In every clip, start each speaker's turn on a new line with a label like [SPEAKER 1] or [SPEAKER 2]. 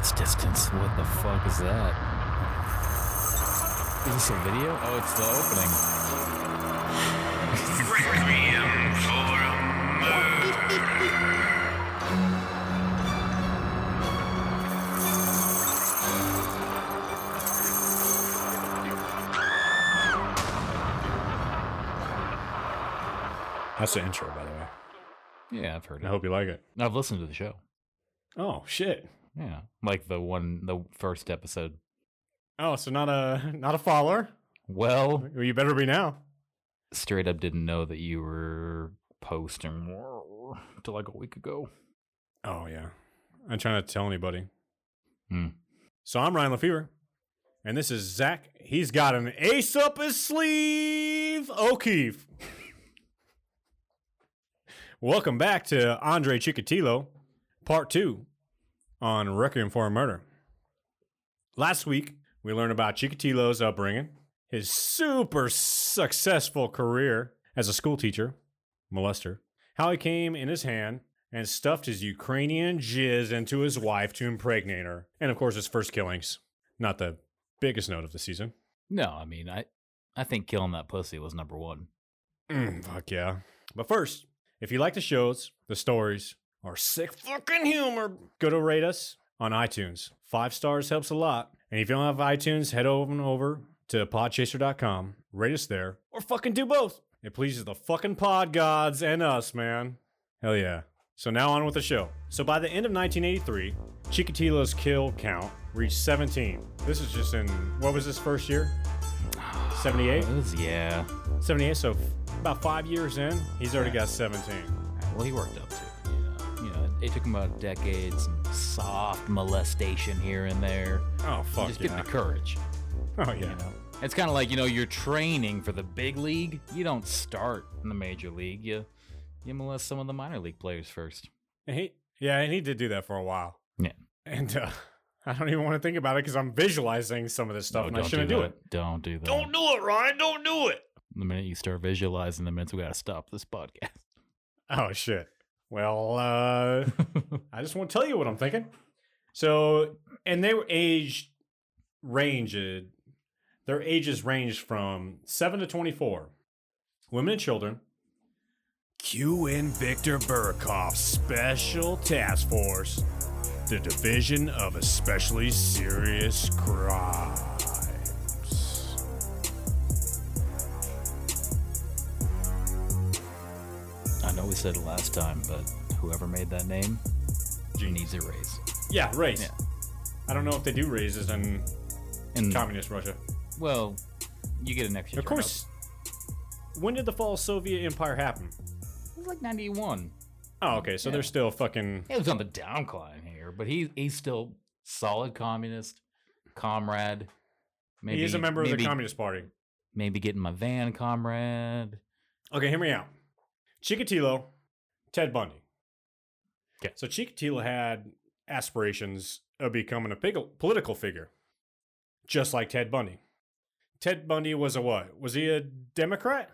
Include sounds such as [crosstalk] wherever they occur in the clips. [SPEAKER 1] It's distance.
[SPEAKER 2] What the fuck is that? Is this a video? Oh, it's the opening.
[SPEAKER 3] Requiem for a Murder.
[SPEAKER 4] That's the intro, by the way.
[SPEAKER 2] Yeah, I've heard
[SPEAKER 4] I
[SPEAKER 2] it.
[SPEAKER 4] hope you like it.
[SPEAKER 2] I've listened to the show.
[SPEAKER 4] Oh shit.
[SPEAKER 2] Yeah, like the one, the first episode.
[SPEAKER 4] Oh, so not a [laughs] not a follower.
[SPEAKER 2] Well,
[SPEAKER 4] Well, you better be now.
[SPEAKER 2] straight up didn't know that you were posting till like a week ago.
[SPEAKER 4] Oh yeah. I'm trying not to tell anybody.
[SPEAKER 2] Hmm.
[SPEAKER 4] So I'm Ryan Lefevre, and this is Zach. He's got an ace up his sleeve. O'Keefe. Welcome back to Andre Chikatilo, part two on Requiem for a Murder. Last week, we learned about Chikatilo's upbringing, his super successful career as a school teacher, molester, how he came in his hand and stuffed his Ukrainian jizz into his wife to impregnate her, and of course, his first killings. Not the biggest note of the season.
[SPEAKER 2] No, I mean, I, I think killing that pussy was number one.
[SPEAKER 4] Mm, fuck yeah. But first, if you like the shows, the stories, or sick fucking humor, go to rate us on iTunes. Five stars helps a lot. And if you don't have iTunes, head over and over to podchaser.com, rate us there, or fucking do both. It pleases the fucking pod gods and us, man. Hell yeah. So now on with the show. So by the end of 1983, Chikatilo's kill count reached 17. This is just in, what was this first year? [sighs] 78?
[SPEAKER 2] It was, yeah.
[SPEAKER 4] 78, so f- about five years in, he's already got 17.
[SPEAKER 2] Well, he worked up to. it, You know, you know, it, it took him about decades, some soft molestation here and there.
[SPEAKER 4] Oh, fuck
[SPEAKER 2] just
[SPEAKER 4] yeah.
[SPEAKER 2] getting the courage.
[SPEAKER 4] [laughs] Oh,
[SPEAKER 2] You
[SPEAKER 4] yeah.
[SPEAKER 2] know, it's kind of like you know you're training for the big league. You don't start in the major league. You you molest some of the minor league players first.
[SPEAKER 4] And he, yeah, and he did do that for a while.
[SPEAKER 2] Yeah.
[SPEAKER 4] And uh, [laughs] I don't even want to think about it because I'm visualizing some of this stuff
[SPEAKER 2] No,
[SPEAKER 4] and I shouldn't do,
[SPEAKER 2] that.
[SPEAKER 4] it.
[SPEAKER 2] Don't do that.
[SPEAKER 3] Don't do it, Ryan. Don't do it.
[SPEAKER 2] the minute you start visualizing the minutes, we gotta stop this podcast.
[SPEAKER 4] Oh, shit. Well, uh, I just want to tell you what I'm thinking. So, and they were aged, ranged, their ages ranged from 7 to 24. Women and children. Q and Victor Burkoff's Special Task Force, the Division of Especially Serious Crimes.
[SPEAKER 2] I know we said it last time, but whoever made that name needs a raise.
[SPEAKER 4] Yeah, race.
[SPEAKER 2] Yeah. Mm.
[SPEAKER 4] I don't know if they do raises in
[SPEAKER 2] And
[SPEAKER 4] communist Russia.
[SPEAKER 2] well, you get an extra.
[SPEAKER 4] Of
[SPEAKER 2] turn up.
[SPEAKER 4] course, when did the fall of Soviet Empire happen?
[SPEAKER 2] it was like ninety one.
[SPEAKER 4] Oh, okay. So they're
[SPEAKER 2] Yeah.
[SPEAKER 4] still fucking.
[SPEAKER 2] It was on the downcline here, but he he's still solid communist, comrade. Maybe,
[SPEAKER 4] he is a member of the
[SPEAKER 2] maybe-
[SPEAKER 4] Communist Party.
[SPEAKER 2] Maybe get in my van, comrade.
[SPEAKER 4] Okay, hear me out. Chikatilo, Ted Bundy.
[SPEAKER 2] 'Kay.
[SPEAKER 4] So Chikatilo had aspirations of becoming a pig- political figure, just like Ted Bundy. Ted Bundy was a what? Was he a Democrat?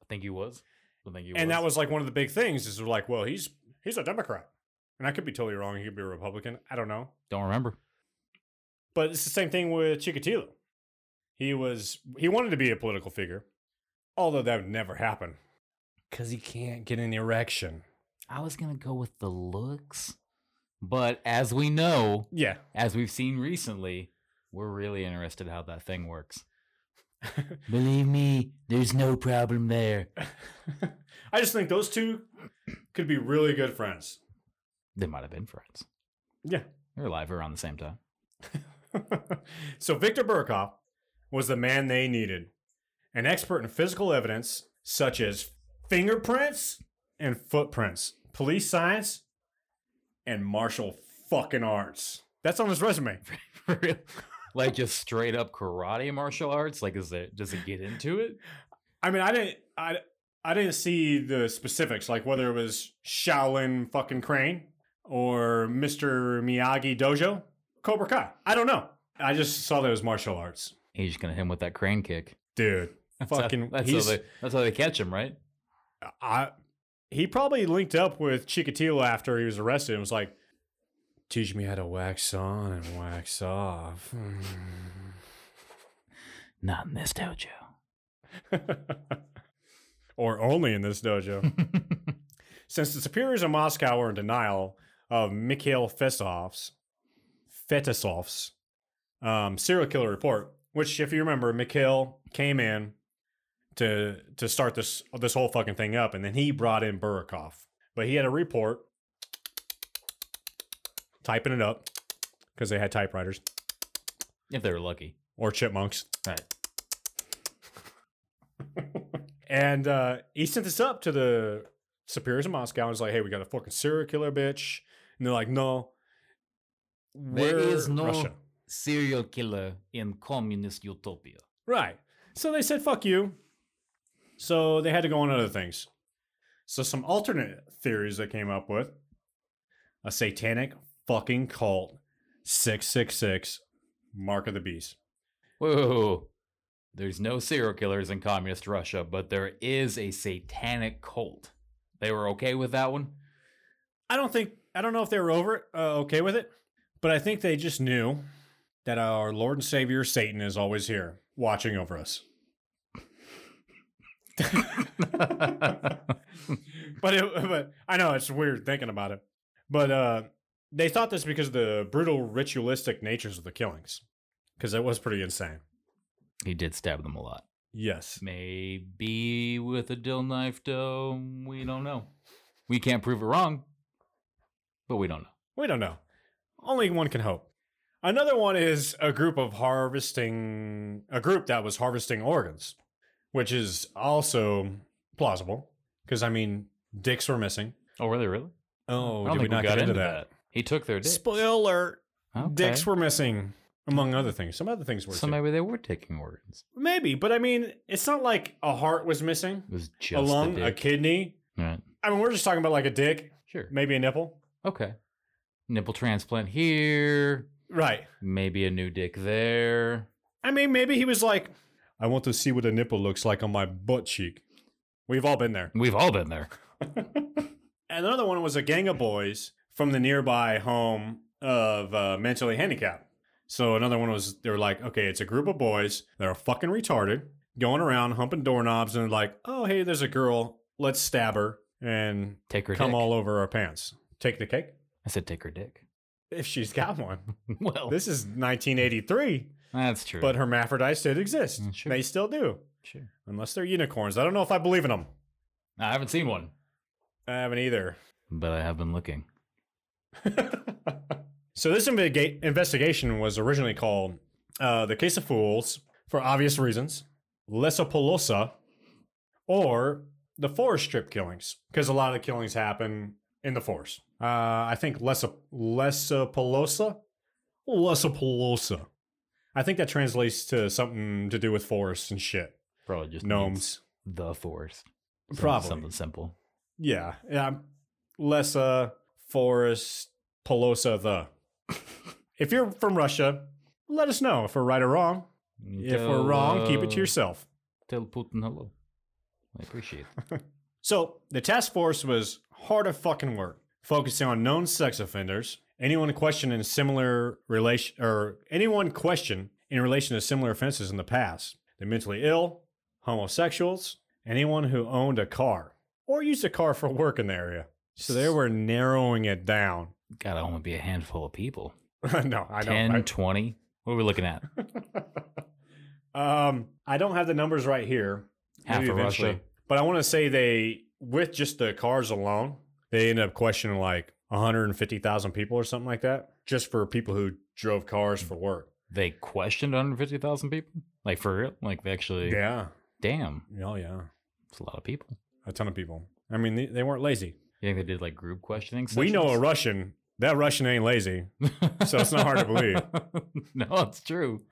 [SPEAKER 2] I think he was. I think he
[SPEAKER 4] and that was like one of the big things. Is like, well, he's he's a Democrat, and I could be totally wrong. He could be a Republican. I don't know.
[SPEAKER 2] don't remember.
[SPEAKER 4] But it's the same thing with Chikatilo. He was he wanted to be a political figure, although that would never happen because he can't get an erection.
[SPEAKER 2] I was gonna go with the looks, but as we know,
[SPEAKER 4] Yeah, [laughs]
[SPEAKER 2] as we've seen recently, we're really interested how that thing
[SPEAKER 4] [laughs]
[SPEAKER 2] works. Believe me, there's no problem there.
[SPEAKER 4] I just think those two could be really good friends.
[SPEAKER 2] They might have been friends.
[SPEAKER 4] Yeah. [laughs]
[SPEAKER 2] They were alive around the same time. [laughs]
[SPEAKER 4] so Victor Burkhoff was the man they needed, an expert in physical evidence such as fingerprints and footprints, police science, and martial fucking arts. That's on his resume.
[SPEAKER 2] For real. like just straight up karate martial arts. Like, is it does it get into it?
[SPEAKER 4] I mean, I didn't, I, I didn't see the specifics, like whether it was Shaolin fucking Crane or Mr. Miyagi Dojo, Cobra Kai. I don't know. I just saw that it was martial arts,
[SPEAKER 2] He's just gonna hit him with that crane kick.
[SPEAKER 4] dude.
[SPEAKER 2] That's how-
[SPEAKER 4] fucking,
[SPEAKER 2] that's how
[SPEAKER 4] he's,
[SPEAKER 2] they that's how they catch him, right?
[SPEAKER 4] I, he probably linked up with Chikatilo after he was arrested and was like, Teach me how to wax on and wax off. [laughs]
[SPEAKER 2] Not in this dojo.
[SPEAKER 4] [laughs] or only in this dojo. Since the superiors of Moscow were in denial of Mikhail Fetisov's, Fetisov's um, serial killer report, which, if you remember, Mikhail came in to to start this this whole fucking thing up, and then he brought in Burakov. But he had a report, typing it up because they had typewriters
[SPEAKER 2] if they were lucky.
[SPEAKER 4] or chipmunks.
[SPEAKER 2] Right.
[SPEAKER 4] And uh, he sent this up to the superiors in Moscow and was like, hey, we got a fucking serial killer bitch. And they're like, no.
[SPEAKER 2] There
[SPEAKER 4] we're
[SPEAKER 2] is no- Serial killer in communist utopia.
[SPEAKER 4] Right. So they said, fuck you. So they had to go on other things. So some alternate theories they came up with a satanic fucking cult, 666, Mark of the Beast.
[SPEAKER 2] Whoa, whoa, whoa. There's no serial killers in communist Russia, but there is a satanic cult. They were okay with that one?
[SPEAKER 4] I don't think I don't know if they were over it, uh, okay with it, but I think they just knew that our Lord and Savior Satan is always here, watching over us. But it, but I know it's weird thinking about it, but uh, they thought this because of the brutal ritualistic natures of the killings, because that was pretty insane.
[SPEAKER 2] he did stab them a lot.
[SPEAKER 4] Yes,
[SPEAKER 2] Maybe with a dill knife, though. We don't know. We can't prove it wrong, but we don't know.
[SPEAKER 4] we don't know. Only one can hope. Another one is a group of harvesting, a group that was harvesting organs, which is also plausible because I mean, dicks were missing.
[SPEAKER 2] Oh, were they really?
[SPEAKER 4] Oh,
[SPEAKER 2] I don't
[SPEAKER 4] did we
[SPEAKER 2] think
[SPEAKER 4] not
[SPEAKER 2] we
[SPEAKER 4] get
[SPEAKER 2] got
[SPEAKER 4] into,
[SPEAKER 2] into
[SPEAKER 4] that?
[SPEAKER 2] He took their dicks.
[SPEAKER 4] Spoiler:
[SPEAKER 2] Okay.
[SPEAKER 4] dicks were missing, among other things. Some other things were.
[SPEAKER 2] So
[SPEAKER 4] too.
[SPEAKER 2] maybe they were taking organs.
[SPEAKER 4] Maybe, but I mean, it's not like a heart was missing,
[SPEAKER 2] It was just
[SPEAKER 4] a lung,
[SPEAKER 2] the
[SPEAKER 4] a
[SPEAKER 2] dick.
[SPEAKER 4] kidney.
[SPEAKER 2] Right.
[SPEAKER 4] I mean, we're just talking about like a dick,
[SPEAKER 2] Sure.
[SPEAKER 4] maybe a nipple.
[SPEAKER 2] Okay. Nipple transplant here.
[SPEAKER 4] Right.
[SPEAKER 2] Maybe a new dick there.
[SPEAKER 4] I mean, maybe he was like, I want to see what a nipple looks like on my butt cheek. We've all been there. [laughs]
[SPEAKER 2] We've all been there.
[SPEAKER 4] And another one was a gang of boys from the nearby home of uh, mentally handicapped. So another one was they were like, okay, it's a group of boys that are fucking retarded, going around humping doorknobs, and like, oh hey, there's a girl, let's stab her and
[SPEAKER 2] Take her
[SPEAKER 4] come
[SPEAKER 2] dick.
[SPEAKER 4] all over our pants. Take the cake
[SPEAKER 2] I said take her dick. [laughs]
[SPEAKER 4] if she's got one.
[SPEAKER 2] well,
[SPEAKER 4] This is 1983,
[SPEAKER 2] that's true.
[SPEAKER 4] but hermaphrodites did exist.
[SPEAKER 2] Mm, sure.
[SPEAKER 4] They still do,
[SPEAKER 2] sure.
[SPEAKER 4] unless they're unicorns. I don't know if I believe in them.
[SPEAKER 2] I haven't seen one,
[SPEAKER 4] I haven't either. [laughs]
[SPEAKER 2] but I have been looking.
[SPEAKER 4] so this investiga- investigation was originally called uh, the Case of Fools for obvious reasons, Lesopolosa, or the forest strip killings, because a lot of the killings happen in the forest. Uh, I think Lesop- Lesopolosa, Lesopolosa. I think that translates to something to do with forests and shit,
[SPEAKER 2] Probably just means
[SPEAKER 4] gnomes.
[SPEAKER 2] The forest. Some-
[SPEAKER 4] Probably.
[SPEAKER 2] something simple.
[SPEAKER 4] Yeah, yeah. um, Lessa, Forest, Polosa, the. If you're from Russia, let us know if we're right or wrong. If we're
[SPEAKER 2] Tell,
[SPEAKER 4] wrong, keep it to
[SPEAKER 2] uh,
[SPEAKER 4] yourself.
[SPEAKER 2] Tell Putin hello. I appreciate it.
[SPEAKER 4] So the task force was hard of fucking work, focusing on known sex offenders, anyone questioned in similar relation or anyone questioned in relation to similar offenses in the past, the mentally ill, homosexuals, anyone who owned a car or used a car for work in the area. So they were narrowing it down.
[SPEAKER 2] Gotta only be a handful of people.
[SPEAKER 4] [laughs] no, I
[SPEAKER 2] Ten, twenty.
[SPEAKER 4] don't.
[SPEAKER 2] 20. What are we looking at?
[SPEAKER 4] I, um, I don't have the numbers right here.
[SPEAKER 2] Half
[SPEAKER 4] Maybe
[SPEAKER 2] of
[SPEAKER 4] eventually.
[SPEAKER 2] Russia.
[SPEAKER 4] But I want to say they, with just the cars alone, they end up questioning like 150,000 people or something like that, just for people who drove cars for work.
[SPEAKER 2] They questioned 150,000 people? Like for real? Like they actually.
[SPEAKER 4] Yeah.
[SPEAKER 2] Damn.
[SPEAKER 4] Oh, yeah.
[SPEAKER 2] It's a lot of people.
[SPEAKER 4] A ton of people. I mean, they, they weren't lazy.
[SPEAKER 2] You think they did like group questioning?
[SPEAKER 4] We know a
[SPEAKER 2] sessions?
[SPEAKER 4] Russian. That Russian ain't lazy. so it's not hard to believe.
[SPEAKER 2] [laughs] no, it's true.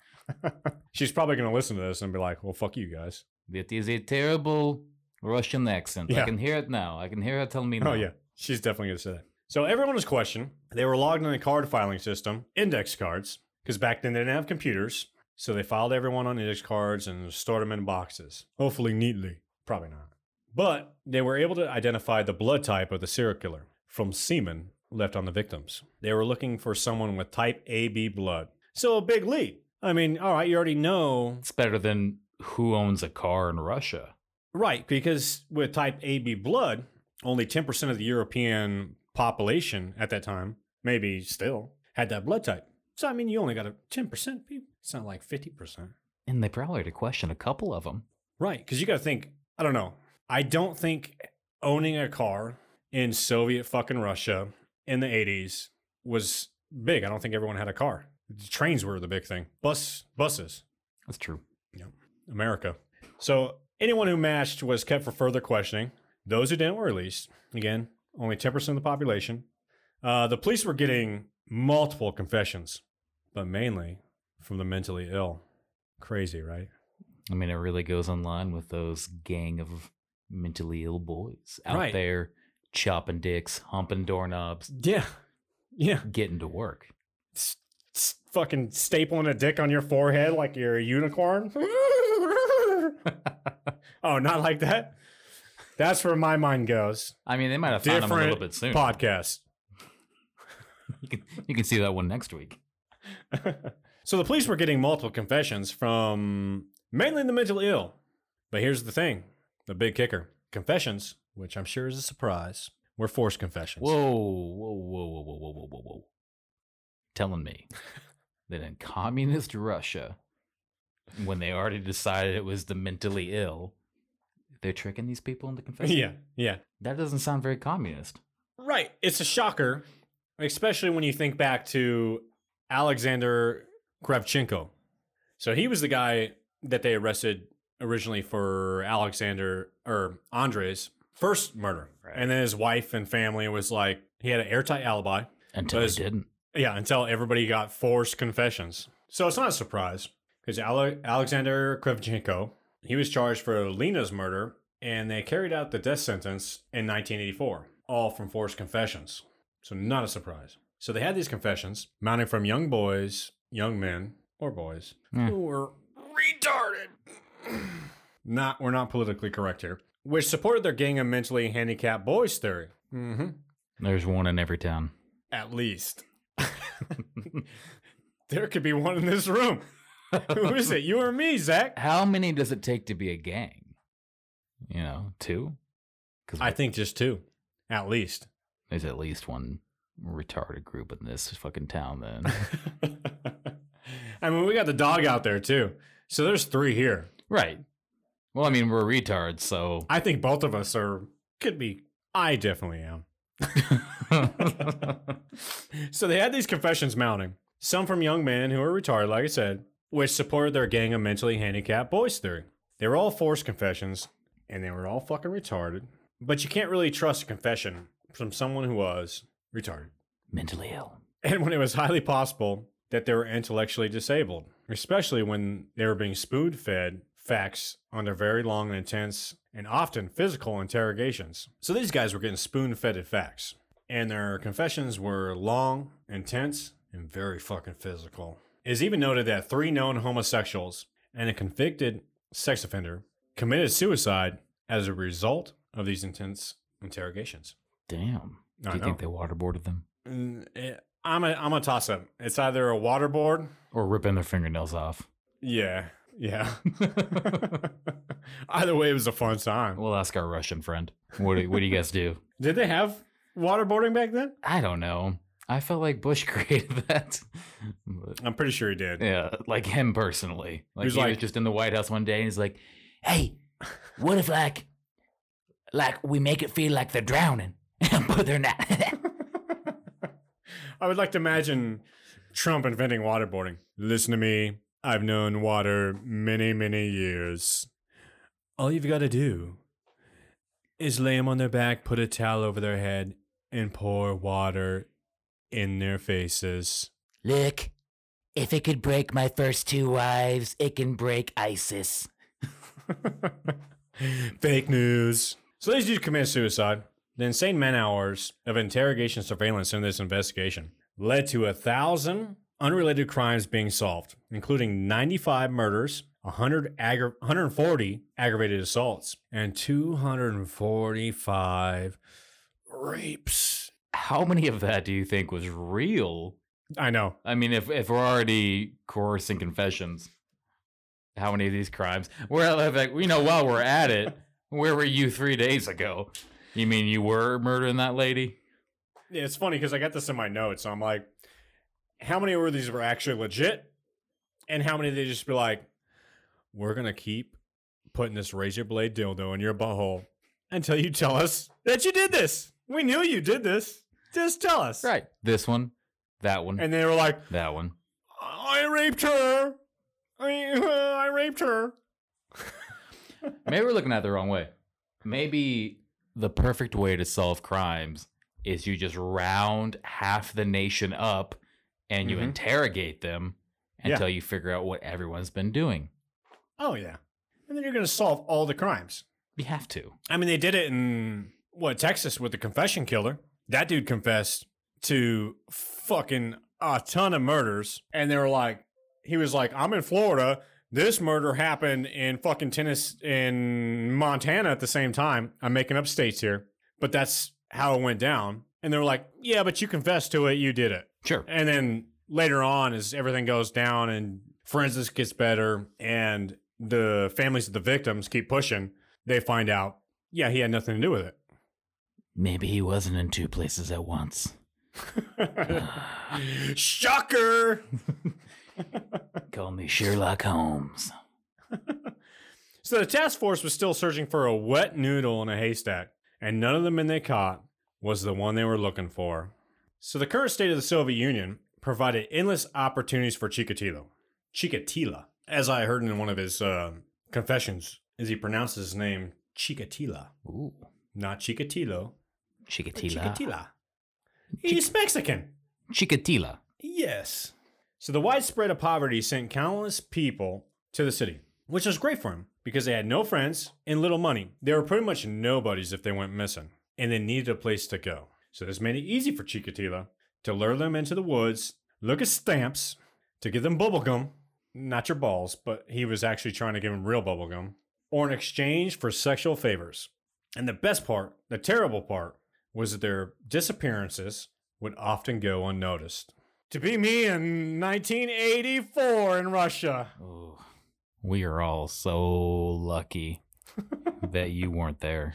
[SPEAKER 4] She's probably going to listen to this and be like, well, fuck you guys.
[SPEAKER 2] That is a terrible Russian accent.
[SPEAKER 4] Yeah.
[SPEAKER 2] I can hear it now. I can hear her tell me no.
[SPEAKER 4] Oh yeah, she's definitely gonna say that. So everyone was questioned. They were logged in the card filing system, index cards, because back then they didn't have computers, so they filed everyone on index cards and stored them in boxes, hopefully neatly. Probably not. But they were able to identify the blood type of the serial killer from semen left on the victims. They were looking for someone with type AB blood. So a big lead. I mean, all right, you already know.
[SPEAKER 2] It's better than who owns a car in Russia.
[SPEAKER 4] Right, because with type AB blood, only 10% of the European population at that time, maybe still, had that blood type. So, I mean, you only got a 10% people. It's not like 50%.
[SPEAKER 2] And they probably had to question a couple of them.
[SPEAKER 4] Right, because you got to think. I don't know. I don't think owning a car in Soviet fucking Russia in the '80s was big. I don't think everyone had a car. The trains were the big thing. Bus, buses,
[SPEAKER 2] That's true.
[SPEAKER 4] America. So anyone who matched was kept for further questioning. Those who didn't were released. Again, only 10% of the population. Uh, the police were getting multiple confessions, but mainly from the mentally ill. Crazy, right?
[SPEAKER 2] I mean, it really goes in line with those gang of mentally ill boys out
[SPEAKER 4] Right.
[SPEAKER 2] there chopping dicks, humping doorknobs,
[SPEAKER 4] Yeah. Yeah.
[SPEAKER 2] getting to work.
[SPEAKER 4] s- s- fucking stapling a dick on your forehead like you're a unicorn. [laughs] oh, not like that. That's where my mind goes.
[SPEAKER 2] I mean, they might have found him a little
[SPEAKER 4] Different
[SPEAKER 2] bit soon.
[SPEAKER 4] Podcast.
[SPEAKER 2] You, can, you can see that one next week.
[SPEAKER 4] [laughs] so the police were getting multiple confessions from mainly the mentally ill. But here's the thing the big kicker confessions, which I'm sure is a surprise, were forced confessions.
[SPEAKER 2] Whoa, whoa, whoa, whoa, whoa, whoa, whoa, whoa, whoa. Telling me that in communist Russia, when they already decided it was the mentally ill, they're tricking these people
[SPEAKER 4] [laughs]
[SPEAKER 2] into confessing?
[SPEAKER 4] [laughs] Yeah, yeah.
[SPEAKER 2] That doesn't sound very communist.
[SPEAKER 4] Right. It's a shocker, especially when you think back to Alexander Kravchenko. So he was the guy that they arrested originally for Alexander or Andre's first murder.
[SPEAKER 2] Right.
[SPEAKER 4] And then his wife and family was like, he had an airtight alibi.
[SPEAKER 2] Until
[SPEAKER 4] But it's-
[SPEAKER 2] they didn't.
[SPEAKER 4] Yeah, until everybody got forced confessions. So it's not a surprise because Ale- Alexander Kravchenko, he was charged for Lena's murder and they carried out the death sentence in 1984, all from forced confessions. So not a surprise. So they had these confessions mounting from young boys, young men, or boys
[SPEAKER 2] Hmm.
[SPEAKER 4] who were retarded. [clears throat] not we're not politically correct here, which supported their gang of mentally handicapped boys theory. Mm-hmm
[SPEAKER 2] There's one in every town.
[SPEAKER 4] at least. there could be one in this room. Who is it? You or me, Zach?
[SPEAKER 2] How many does it take to be a gang? You know, two?
[SPEAKER 4] I think just two, at least. [laughs]
[SPEAKER 2] There's at least one retarded group in this fucking town
[SPEAKER 4] [laughs]
[SPEAKER 2] then.
[SPEAKER 4] I mean, we got the dog out there too. So there's three here.
[SPEAKER 2] right. Well, I mean, we're retards, so.
[SPEAKER 4] I think both of us are, could be. I definitely am. so they had these confessions mounting, some from young men who were retarded, like I said, which supported their gang of mentally handicapped boys theory. They were all forced confessions, and they were all fucking retarded. But you can't really trust a confession from someone who was retarded.
[SPEAKER 2] Mentally ill.
[SPEAKER 4] [laughs] And when it was highly possible that they were intellectually disabled, especially when they were being spoon fed facts under very long and intense and often physical interrogations. So these guys were getting spoon fed facts. And their confessions were long, intense, and very fucking physical. It is even noted that three known homosexuals and a convicted sex offender committed suicide as a result of these intense interrogations.
[SPEAKER 2] Damn. Do
[SPEAKER 4] I
[SPEAKER 2] you think
[SPEAKER 4] know.
[SPEAKER 2] they waterboarded them?
[SPEAKER 4] Mm, eh, I'm a I'm a toss up. It's either a waterboard.
[SPEAKER 2] Or ripping their fingernails off?
[SPEAKER 4] Yeah, yeah. [laughs] either way, it was a fun time.
[SPEAKER 2] We'll ask our Russian friend. What do, what do you guys do?
[SPEAKER 4] Did they have waterboarding back then?
[SPEAKER 2] I don't know. I felt like Bush [laughs] created that. But-
[SPEAKER 4] I'm pretty sure he did.
[SPEAKER 2] Yeah, like him personally. Like
[SPEAKER 4] was
[SPEAKER 2] he was
[SPEAKER 4] like-
[SPEAKER 2] just in the White House one day and he's like, "Hey, what if like, like we make it feel like they're drowning, [laughs] but they're not."
[SPEAKER 4] [laughs] I would like to imagine Trump inventing waterboarding. Listen to me. I've known water many, many years. All you've got to do is lay them on their back, put a towel over their head, and pour water in their faces.
[SPEAKER 2] Look, if it could break my first two wives, it can break ISIS.
[SPEAKER 4] [laughs] Fake news. So these dudes commit suicide. The insane man hours of interrogation surveillance in this investigation led to a thousand unrelated crimes being solved, including 95 murders, 100 aggra- 140 aggravated assaults, and 245 rapes.
[SPEAKER 2] How many of that do you think was real?
[SPEAKER 4] I know.
[SPEAKER 2] I mean, if if we're already coercing confessions, how many of these crimes? We're like, you know, while we're at it, where were you three days ago? You mean you were murdering that lady?
[SPEAKER 4] Yeah, it's funny because I got this in my notes. So I'm like, how many were these were actually legit, and how many they just be like, we're gonna keep putting this razor blade dildo in your butthole until you tell us that you did this. We knew you did this. Just tell us.
[SPEAKER 2] Right. This one, that one,
[SPEAKER 4] And they were like,
[SPEAKER 2] that one.
[SPEAKER 4] I raped her. I, [laughs] I raped her.
[SPEAKER 2] Maybe we're looking at it the wrong way. Maybe the perfect way to solve crimes is you just round half the nation up and you
[SPEAKER 4] Mhm.
[SPEAKER 2] interrogate them
[SPEAKER 4] Yeah.
[SPEAKER 2] until you figure out what everyone's been doing.
[SPEAKER 4] Oh yeah. And then you're gonna solve all the crimes.
[SPEAKER 2] You have to.
[SPEAKER 4] I mean, they did it in what Texas with the confession killer. That dude confessed to fucking a ton of murders, and they were like, he was like, I'm in Florida. This murder happened in fucking Tennessee, in Montana at the same time. I'm making up states here, but that's how it went down. And they were like, yeah, but you confessed to it. You did it.
[SPEAKER 2] Sure.
[SPEAKER 4] And then later on, as everything goes down and forensics gets better and the families of the victims keep pushing, they find out, yeah, he had nothing to do with
[SPEAKER 2] Maybe he wasn't in two places at once.
[SPEAKER 4] it. Shocker!
[SPEAKER 2] Call me Sherlock Holmes.
[SPEAKER 4] So the task force was still searching for a wet noodle in a haystack, and none of the men they caught was the one they were looking for. So the current state of the Soviet Union provided endless opportunities for Chikatilo. Chikatila, as I heard in one of his uh, confessions, is he pronounces his name Chikatila,
[SPEAKER 2] Ooh.
[SPEAKER 4] not Chikatilo. but
[SPEAKER 2] Chikatila.
[SPEAKER 4] Chikatila. He's Mexican.
[SPEAKER 2] Chikatila.
[SPEAKER 4] Yes. So the widespread of poverty sent countless people to the city, which was great for them because they had no friends and little money. They were pretty much nobodies if they went missing, and they needed a place to go. So this made it easy for Chikatilo to lure them into the woods, look at stamps, to give them bubblegum, not your balls, but he was actually trying to give them real bubblegum, or in exchange for sexual favors. And the best part, the terrible part, was that their disappearances would often go unnoticed. To be me in 1984 in Russia.
[SPEAKER 2] Ooh. Oh, We are all so lucky that you weren't there.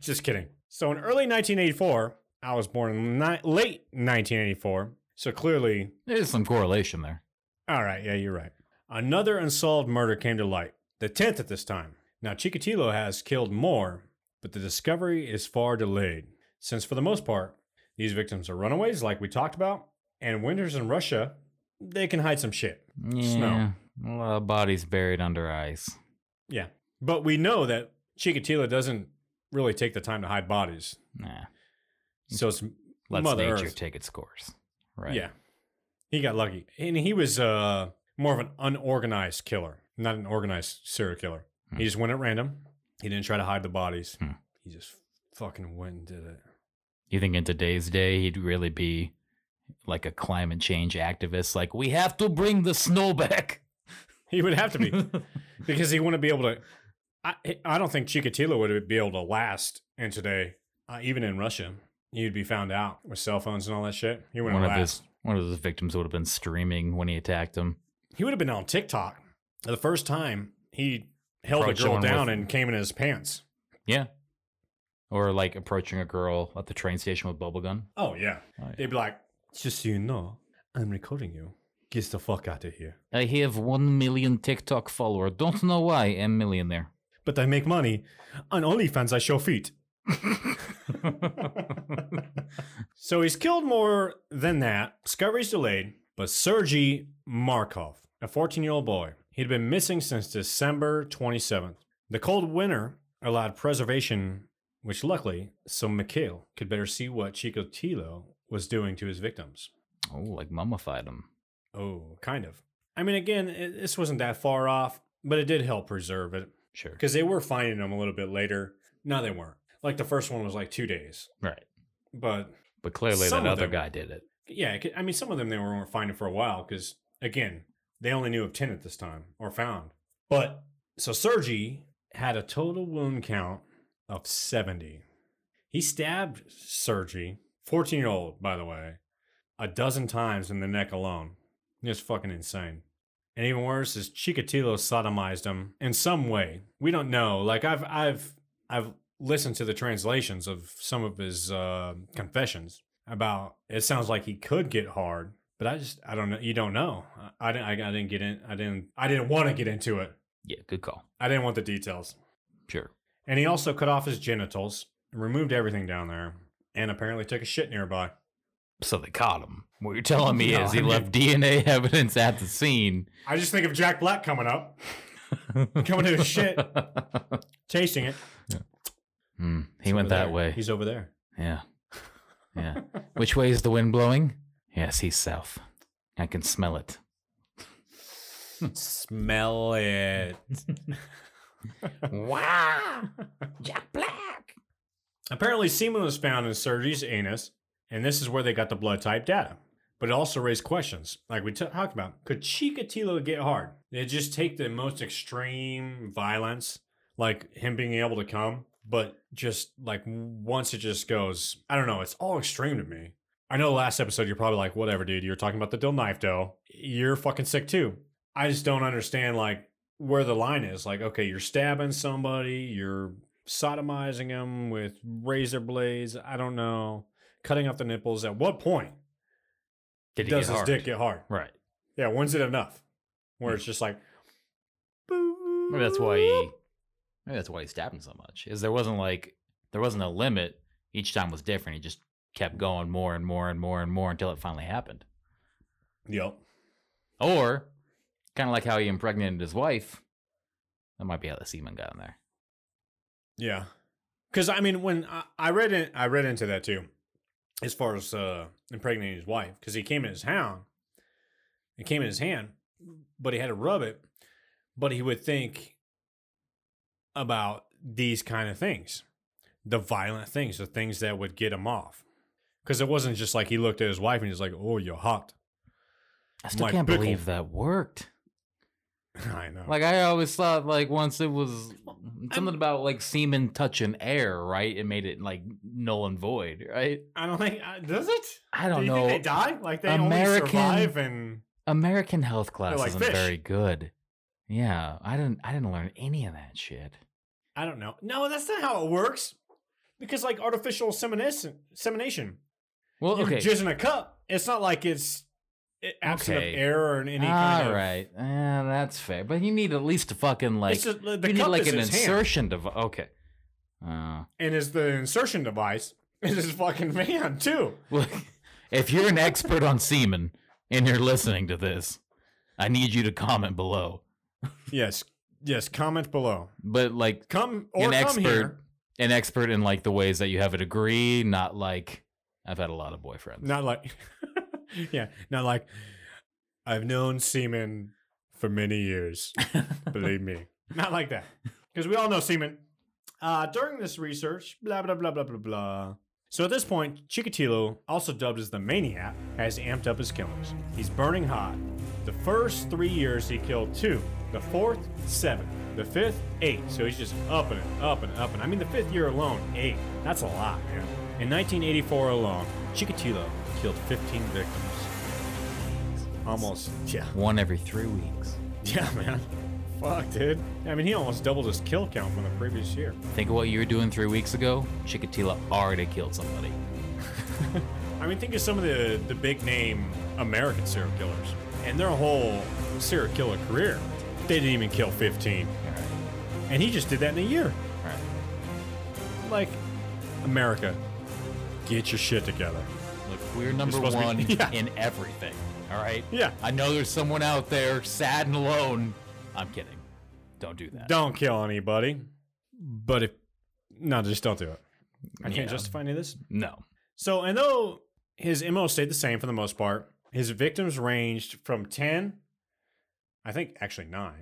[SPEAKER 4] Just kidding. So in early 1984, I was born in ni- late 1984. So clearly,
[SPEAKER 2] There's some correlation there.
[SPEAKER 4] all right, yeah, you're right. Another unsolved murder came to light, the 10th at this time. Now, Chikatilo has killed more, but the discovery is far delayed, since for the most part, these victims are runaways, like we talked about, and winters in Russia, they can hide some shit.
[SPEAKER 2] Yeah. A lot of bodies buried under ice.
[SPEAKER 4] But we know that Chikatilo doesn't really take the time to hide bodies.
[SPEAKER 2] Nah.
[SPEAKER 4] So it's
[SPEAKER 2] Let's
[SPEAKER 4] Mother
[SPEAKER 2] nature
[SPEAKER 4] Earth.
[SPEAKER 2] take its course. Right.
[SPEAKER 4] Yeah. He got lucky. And he was uh, more of an unorganized killer, not an organized serial killer.
[SPEAKER 2] Hmm.
[SPEAKER 4] He just went at random. He didn't try to hide the bodies.
[SPEAKER 2] Hmm.
[SPEAKER 4] He just fucking went and did it.
[SPEAKER 2] You think in today's day he'd really be like a climate change activist? Like, we have to bring the snow back.
[SPEAKER 4] He would have
[SPEAKER 2] [laughs]
[SPEAKER 4] to be because he wouldn't be able to. I, I don't think Chikatilo would be able to last in today, uh, even in Russia. He'd be found out with cell phones and all that shit. He
[SPEAKER 2] one
[SPEAKER 4] wouldn't
[SPEAKER 2] of
[SPEAKER 4] last.
[SPEAKER 2] his one of his victims would have been streaming when he attacked him.
[SPEAKER 4] he would have been on TikTok the first time he held
[SPEAKER 2] Probably
[SPEAKER 4] a girl
[SPEAKER 2] showing
[SPEAKER 4] down
[SPEAKER 2] with-
[SPEAKER 4] and came in his pants.
[SPEAKER 2] Yeah. Or like approaching a girl at the train station with bubblegum.
[SPEAKER 4] Oh yeah.
[SPEAKER 2] Oh, yeah.
[SPEAKER 4] They'd be like, just so you know, I'm recording you. Get the fuck out of here.
[SPEAKER 2] I have one million TikTok follower. Don't know why I'm millionaire.
[SPEAKER 4] But I make money. On OnlyFans, I show feet. so he's killed more than that. Discovery's delayed. But Sergei Markov, a 14 year old boy, he'd been missing since December 27th. The cold winter allowed preservation, which luckily, so Mikhail could better see what Chikatilo was doing to his victims.
[SPEAKER 2] Oh, like mummified him.
[SPEAKER 4] Oh, kind of. I mean, again, it, this wasn't that far off, but it did help preserve it
[SPEAKER 2] Sure.
[SPEAKER 4] because they were finding them a little bit later. No, they weren't. Like the first one was like two days,
[SPEAKER 2] Right.
[SPEAKER 4] but
[SPEAKER 2] But clearly
[SPEAKER 4] Some
[SPEAKER 2] that
[SPEAKER 4] of
[SPEAKER 2] other
[SPEAKER 4] them-
[SPEAKER 2] guy did it.
[SPEAKER 4] yeah, it could- I mean, some of them they weren't finding for a while because again, they only knew of ten at this time or found. But so Sergi had a total wound count of seventy. He stabbed Sergi 14 year old, by the way, a dozen times in the neck alone. It's fucking insane. And even worse is Chikatilo sodomized him in some way. We don't know. Like I've I've I've listened to the translations of some of his uh, confessions about. It sounds like he could get hard, but I just I don't know. You don't know. I, I didn't I, I didn't get in. I didn't I didn't want to get into it.
[SPEAKER 2] Yeah, good call.
[SPEAKER 4] I didn't want the details.
[SPEAKER 2] Sure.
[SPEAKER 4] And he also cut off his genitals, removed everything down there, and apparently took a shit nearby.
[SPEAKER 2] So they caught him. What you're telling
[SPEAKER 4] [laughs]
[SPEAKER 2] me
[SPEAKER 4] No,
[SPEAKER 2] is
[SPEAKER 4] I
[SPEAKER 2] he
[SPEAKER 4] mean-
[SPEAKER 2] left DNA [laughs] evidence at the
[SPEAKER 4] [laughs]
[SPEAKER 2] scene.
[SPEAKER 4] I just think of Jack Black
[SPEAKER 2] [laughs]
[SPEAKER 4] coming up, coming to his shit, chasing it.
[SPEAKER 2] Hmm, he
[SPEAKER 4] He's
[SPEAKER 2] went
[SPEAKER 4] over
[SPEAKER 2] that
[SPEAKER 4] there.
[SPEAKER 2] way.
[SPEAKER 4] He's over there. [laughs]
[SPEAKER 2] Yeah. Yeah. Which way is the wind blowing? Yes, he's south. I can smell it. Hmm.
[SPEAKER 4] Smell it.
[SPEAKER 2] wow. Jack Black.
[SPEAKER 4] Apparently, semen was found in Sergey's anus, and this is where they got the blood type data. But it also raised questions, like we t- talked about. Could Chikatilo get hard? They just take the most extreme violence, like him being able to come, but just like once it just goes, I don't know, it's all extreme to me. I know the last episode you're probably like, whatever, dude, you're talking about the Dill Knife Dough. You're fucking sick too. I just don't understand, like, where the line is. Like, okay, you're stabbing somebody, you're sodomizing him with razor blades. I don't know. Cutting off the nipples. At what point
[SPEAKER 2] Did he
[SPEAKER 4] does
[SPEAKER 2] get
[SPEAKER 4] his
[SPEAKER 2] hard?
[SPEAKER 4] dick get hard?
[SPEAKER 2] Right.
[SPEAKER 4] Yeah, when's it enough? Where it's just like,
[SPEAKER 2] Maybe that's why he maybe that's why he stabbed him so much. Is there wasn't like there wasn't a limit. Each time was different. He just kept going more and more and more and more until it finally happened.
[SPEAKER 4] yep.
[SPEAKER 2] Or kind of like how he impregnated his wife. That might be how the semen got in there.
[SPEAKER 4] Yeah, because I mean, when I, I read it, I read into that too, as far as uh, impregnating his wife, because he came in his hound, it came in his hand, but he had to rub it. But he would think about these kind of things, the violent things, the things that would get him off, because it wasn't just like he looked at his wife and he's like, "Oh, you're hot." [laughs]
[SPEAKER 2] I still
[SPEAKER 4] Like
[SPEAKER 2] can't
[SPEAKER 4] pickle.
[SPEAKER 2] believe that worked.
[SPEAKER 4] I know.
[SPEAKER 2] Like I always thought, like once it was something about like semen touching air, right? It made it like null and void, right?
[SPEAKER 4] I don't think uh, does it.
[SPEAKER 2] I don't
[SPEAKER 4] Do you
[SPEAKER 2] know.
[SPEAKER 4] think they die? Like they
[SPEAKER 2] American-
[SPEAKER 4] only survive and
[SPEAKER 2] American health class
[SPEAKER 4] like
[SPEAKER 2] isn't
[SPEAKER 4] fish.
[SPEAKER 2] very good. Yeah, I didn't. I didn't learn any of that shit.
[SPEAKER 4] I don't know. No, that's not how it works. Because like artificial semination, semination,
[SPEAKER 2] Well,
[SPEAKER 4] you're
[SPEAKER 2] okay,
[SPEAKER 4] jizzing a cup. It's not like it's it- absent
[SPEAKER 2] Okay.
[SPEAKER 4] of air or any kind
[SPEAKER 2] all
[SPEAKER 4] of.
[SPEAKER 2] right, Eh, that's fair. But you need at least a fucking like
[SPEAKER 4] it's just, uh, the
[SPEAKER 2] you
[SPEAKER 4] the
[SPEAKER 2] need
[SPEAKER 4] cup
[SPEAKER 2] like
[SPEAKER 4] is
[SPEAKER 2] an
[SPEAKER 4] his hand,
[SPEAKER 2] insertion device. Okay. Uh,
[SPEAKER 4] and is the insertion device [laughs] is his fucking hand too.
[SPEAKER 2] well, [laughs] if you're an expert on semen and you're listening to this, I need you to comment below.
[SPEAKER 4] Yes, yes. Comment below.
[SPEAKER 2] But like
[SPEAKER 4] Come or
[SPEAKER 2] an
[SPEAKER 4] come
[SPEAKER 2] expert
[SPEAKER 4] here.
[SPEAKER 2] an expert in like the ways that you have a degree, not like I've had a lot of boyfriends.
[SPEAKER 4] Not like, yeah, not like. [laughs] I've known semen for many years. Believe me. [laughs] Not like that. Because we all know semen. Uh, during this research, blah, blah, blah, blah, blah, blah. So at this point, Chikatilo, also dubbed as the Maniac, has amped up his killings. He's burning hot. The first three years, he killed two. The fourth, seven. The fifth, eight. So he's just upping it, upping it, upping it. I mean, the fifth year alone, eight. That's a lot, man. In 1984 alone, Chikatilo killed 15 victims. Almost, yeah. [laughs]
[SPEAKER 2] One every three weeks.
[SPEAKER 4] Yeah, man. Fuck, dude. I mean, he almost doubled his kill count from the previous year.
[SPEAKER 2] Think of what you were doing three weeks ago. Chikatilo already killed somebody.
[SPEAKER 4] I mean, think of some of the, the big name American serial killers and their whole serial killer career. They didn't even kill 15.
[SPEAKER 2] All right.
[SPEAKER 4] And he just did that in a year.
[SPEAKER 2] All right.
[SPEAKER 4] Like, America, get your shit together.
[SPEAKER 2] Look, we're number
[SPEAKER 4] supposed to be-
[SPEAKER 2] one
[SPEAKER 4] [laughs] Yeah.
[SPEAKER 2] in everything. All right.
[SPEAKER 4] Yeah.
[SPEAKER 2] I know there's someone out there sad and alone. I'm kidding. Don't do that.
[SPEAKER 4] Don't kill anybody. But if. No, just don't do it. I
[SPEAKER 2] Yeah.
[SPEAKER 4] can't justify any of this.
[SPEAKER 2] No.
[SPEAKER 4] So, and though his MO stayed the same for the most part, his victims ranged from 10, I think actually 9,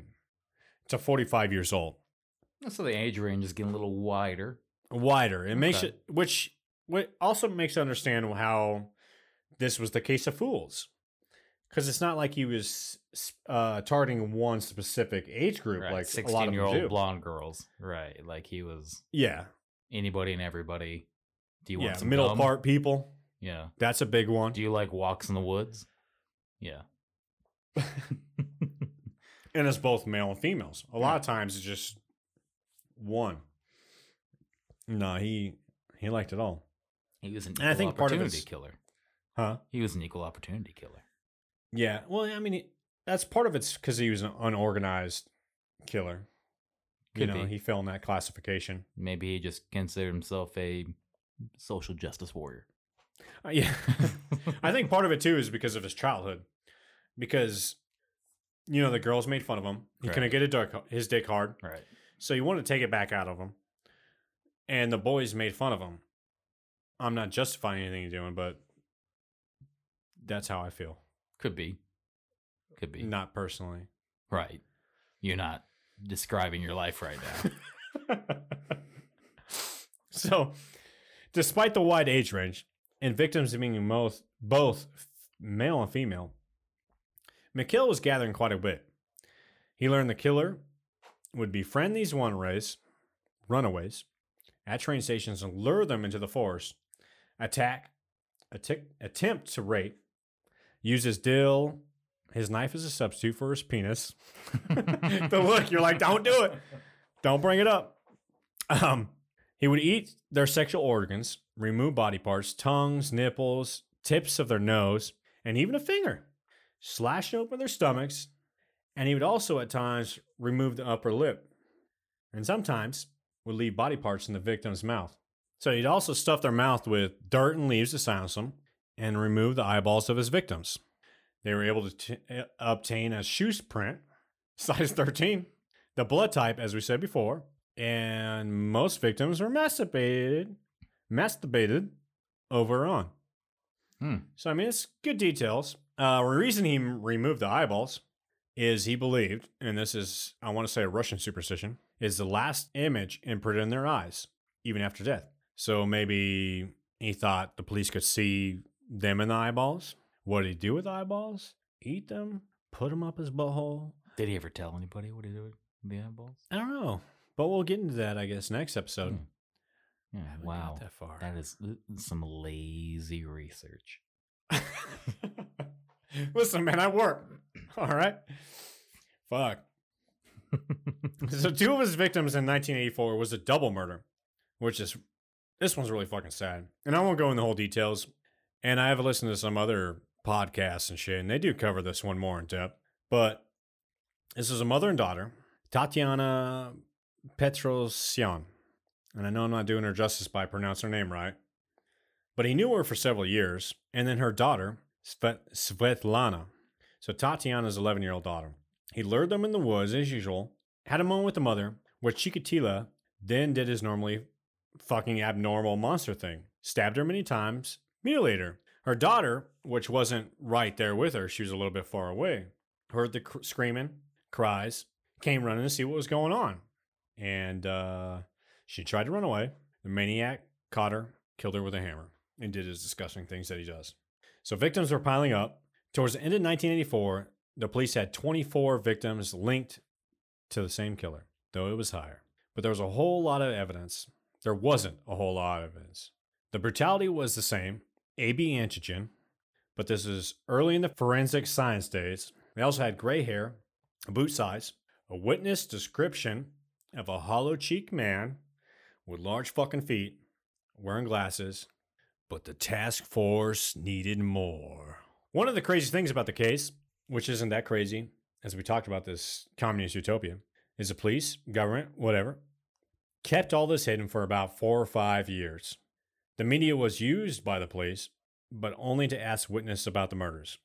[SPEAKER 4] to 45 years old.
[SPEAKER 2] So the age range is getting a little wider.
[SPEAKER 4] Wider. It makes
[SPEAKER 2] Okay.
[SPEAKER 4] it, which what also makes it understand how this was the case of fools. Because it's not like he was uh, targeting one specific age group,
[SPEAKER 2] Right.
[SPEAKER 4] like a lot of them
[SPEAKER 2] Sixteen-year-old
[SPEAKER 4] do.
[SPEAKER 2] blonde girls. Right. Like he was
[SPEAKER 4] yeah,
[SPEAKER 2] anybody and everybody. Do you
[SPEAKER 4] yeah,
[SPEAKER 2] want some
[SPEAKER 4] middle
[SPEAKER 2] gum?
[SPEAKER 4] part people.
[SPEAKER 2] Yeah.
[SPEAKER 4] That's a big one.
[SPEAKER 2] Do you like walks in the woods? Yeah.
[SPEAKER 4] and it's both male and females. A lot of times it's just one. No, he he liked it all.
[SPEAKER 2] He was an equal
[SPEAKER 4] And I think part of
[SPEAKER 2] opportunity
[SPEAKER 4] it's-
[SPEAKER 2] killer.
[SPEAKER 4] Huh?
[SPEAKER 2] He was an equal opportunity killer.
[SPEAKER 4] Yeah. Well, I mean, he- that's part of it's because he was an unorganized killer.
[SPEAKER 2] Could
[SPEAKER 4] you know,
[SPEAKER 2] be.
[SPEAKER 4] he fell in that classification.
[SPEAKER 2] Maybe he just considered himself a social justice warrior.
[SPEAKER 4] Uh, yeah. [laughs]
[SPEAKER 2] [laughs]
[SPEAKER 4] I think part of it too is because of his childhood, because you know the girls made fun of him. He
[SPEAKER 2] Right.
[SPEAKER 4] couldn't get a dark, his dick hard,
[SPEAKER 2] right.
[SPEAKER 4] so he wanted to take it back out of him, and the boys made fun of him. I'm not justifying anything he's doing, but that's how I feel.
[SPEAKER 2] Could be. Could be.
[SPEAKER 4] Not personally.
[SPEAKER 2] Right. You're not describing your life right
[SPEAKER 4] [laughs]
[SPEAKER 2] now.
[SPEAKER 4] so, despite the wide age range and victims being both, both male and female, McKill was gathering quite a bit. He learned the killer would befriend these runaways, runaways at train stations and lure them into the forest, attack, attic- attempt to rape, use his dill, his knife as a substitute for his penis. [laughs] the look, you're like, don't do it. Don't bring it up. Um, he would eat their sexual organs, remove body parts, tongues, nipples, tips of their nose, and even a finger, slash open their stomachs, and he would also at times remove the upper lip, and sometimes would leave body parts in the victim's mouth. So he'd also stuff their mouth with dirt and leaves to silence them, and remove the eyeballs of his victims. They were able to t- uh, obtain a shoe print, [laughs] size 13, the blood type, as we said before, and most victims were masturbated, masturbated over on.
[SPEAKER 2] Hmm.
[SPEAKER 4] So I mean, it's good details. Uh, the reason he m- removed the eyeballs is he believed, and this is I want to say a Russian superstition, is the last image imprinted in their eyes, even after death. So maybe he thought the police could see them in the eyeballs. What did he do with the eyeballs? Eat them? Put them up his butthole?
[SPEAKER 2] Did he ever tell anybody what he did with the eyeballs?
[SPEAKER 4] I don't know. But we'll get into that, I guess, next episode.
[SPEAKER 2] Hmm. Yeah,
[SPEAKER 4] I haven't got
[SPEAKER 2] wow.
[SPEAKER 4] that far.
[SPEAKER 2] That is uh, some lazy
[SPEAKER 4] [laughs]
[SPEAKER 2] research.
[SPEAKER 4] Listen, man, I work. All right. Fuck. [laughs] so two of his victims in 1984 was a double murder, which is this one's really fucking sad. And I won't go into the whole details. And I have listened to some other podcasts and shit, and they do cover this one more in depth. But this is a mother and daughter, Tatiana Petrosyan. And I know I'm not doing her justice by pronouncing her name right but he knew her for several years, and then her daughter, Svet- Svetlana. So Tatiana's 11 year old daughter. He lured them in the woods as usual, had a moment with the mother, where Chikatila then did his normally fucking abnormal monster thing stabbed her many times, mutilated her. Her daughter, which wasn't right there with her, she was a little bit far away, heard the cr- screaming, cries, came running to see what was going on. And uh, she tried to run away. The maniac caught her, killed her with a hammer, and did his disgusting things that he does. So victims were piling up. Towards the end of 1984, the police had 24 victims linked to the same killer, though it was higher. But there was a whole lot of evidence. There wasn't a whole lot of evidence. The brutality was the same, AB antigen, but this is early in the forensic science days. They also had gray hair, a boot size, a witness description of a hollow cheeked man with large fucking feet, wearing glasses, but the task force needed more. One of the crazy things about the case, which isn't that crazy, as we talked about this communist utopia, is the police, government, whatever, kept all this hidden for about four or five years. The media was used by the police, but only to ask witnesses about the murders.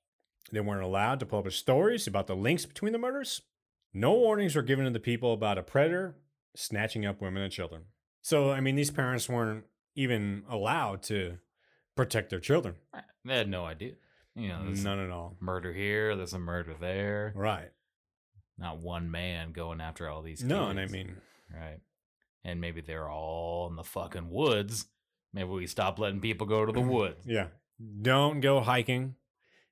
[SPEAKER 4] They weren't allowed to publish stories about the links between the murders. No warnings were given to the people about a predator snatching up women and children. So, I mean, these parents weren't even allowed to protect their children.
[SPEAKER 2] They had no idea. You know, there's
[SPEAKER 4] None at all.
[SPEAKER 2] a murder here, there's a murder there.
[SPEAKER 4] Right.
[SPEAKER 2] Not one man going after all these
[SPEAKER 4] No, and I
[SPEAKER 2] kids.
[SPEAKER 4] mean,
[SPEAKER 2] Right. And maybe they're all in the fucking woods. Maybe we stop letting people go
[SPEAKER 4] [laughs]
[SPEAKER 2] to the woods.
[SPEAKER 4] yeah. Don't go hiking.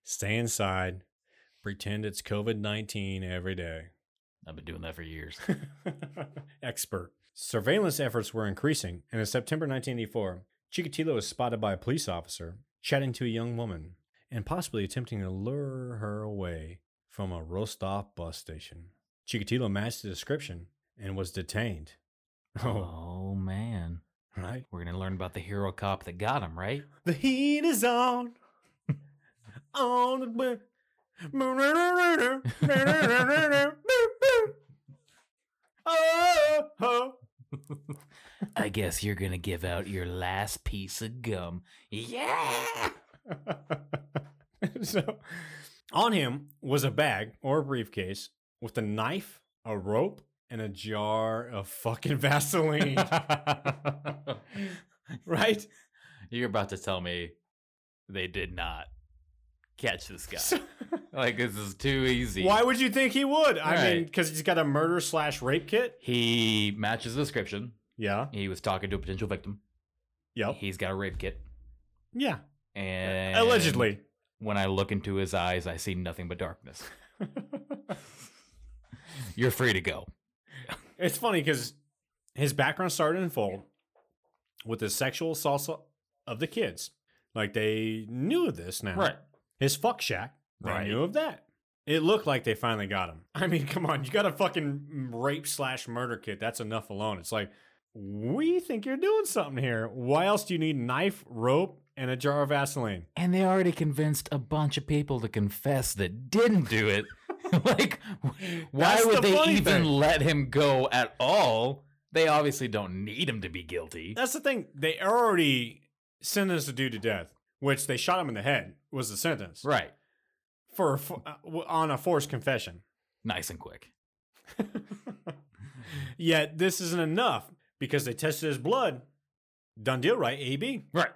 [SPEAKER 4] Stay inside. Pretend it's COVID 19 every day. [laughs]
[SPEAKER 2] I've been doing that for years.
[SPEAKER 4] Expert. Surveillance efforts were increasing, and in September 1984, Chikatilo is spotted by a police officer chatting to a young woman and possibly attempting to lure her away from a Rostov bus station. Chikatilo matched the description and was detained. [laughs] Oh,
[SPEAKER 2] Oh man,
[SPEAKER 4] [laughs] right.
[SPEAKER 2] we're gonna learn about the hero cop that got him, right?
[SPEAKER 4] The heat
[SPEAKER 2] [laughs]
[SPEAKER 4] is on. on the. bu- [laughs] Oh,
[SPEAKER 2] [laughs]
[SPEAKER 4] oh.
[SPEAKER 2] I guess you're gonna give out your last piece of gum. Yeah.
[SPEAKER 4] so, on him was a bag or a briefcase with a knife, a rope, and a jar of fucking
[SPEAKER 2] [laughs]
[SPEAKER 4] Vaseline. [laughs] right?
[SPEAKER 2] You're about to tell me they did not catch this guy.
[SPEAKER 4] So-
[SPEAKER 2] [laughs] like this is too easy.
[SPEAKER 4] why would you think he would? I mean, mean,
[SPEAKER 2] Right.
[SPEAKER 4] because he's got a murder slash rape kit.
[SPEAKER 2] he matches the description.
[SPEAKER 4] Yeah.
[SPEAKER 2] He was talking to a potential victim.
[SPEAKER 4] Yep.
[SPEAKER 2] He's got a rape kit.
[SPEAKER 4] Yeah.
[SPEAKER 2] And
[SPEAKER 4] Allegedly.
[SPEAKER 2] when I look into his eyes, I see nothing but
[SPEAKER 4] [laughs]
[SPEAKER 2] darkness. You're free to go.
[SPEAKER 4] It's funny because his background started in full with the sexual assault of the kids. Like they knew of this now. His fuck shack. They
[SPEAKER 2] Right.
[SPEAKER 4] knew of that. It looked like they finally got him. [laughs] I mean, come on, you got a fucking rape slash murder kit. That's enough alone. It's like, we think you're doing something here. Why else do you need knife, rope, and a jar of Vaseline?
[SPEAKER 2] And they already convinced a bunch of people to confess that didn't do it. [laughs] like, why
[SPEAKER 4] That's
[SPEAKER 2] would
[SPEAKER 4] the
[SPEAKER 2] they
[SPEAKER 4] funny
[SPEAKER 2] even
[SPEAKER 4] thing.
[SPEAKER 2] let him go at all? They obviously don't need him to be guilty.
[SPEAKER 4] That's the thing. They already sentenced the dude to death, which they shot him in the head was the sentence
[SPEAKER 2] Right.
[SPEAKER 4] for a fo- uh, w- on a forced confession.
[SPEAKER 2] Nice and quick.
[SPEAKER 4] Yet this isn't enough because they tested his blood. Done deal, right? AB?
[SPEAKER 2] Right.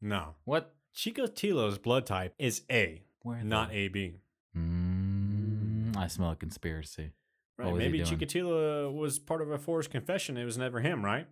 [SPEAKER 4] No.
[SPEAKER 2] What?
[SPEAKER 4] Chico Tilo's blood type is A,
[SPEAKER 2] Where
[SPEAKER 4] not
[SPEAKER 2] the-
[SPEAKER 4] AB.
[SPEAKER 2] Mm, I smell a conspiracy. What
[SPEAKER 4] Right?
[SPEAKER 2] was he
[SPEAKER 4] Maybe
[SPEAKER 2] doing?
[SPEAKER 4] Chikatilo was part of a forced confession. It was never him, right?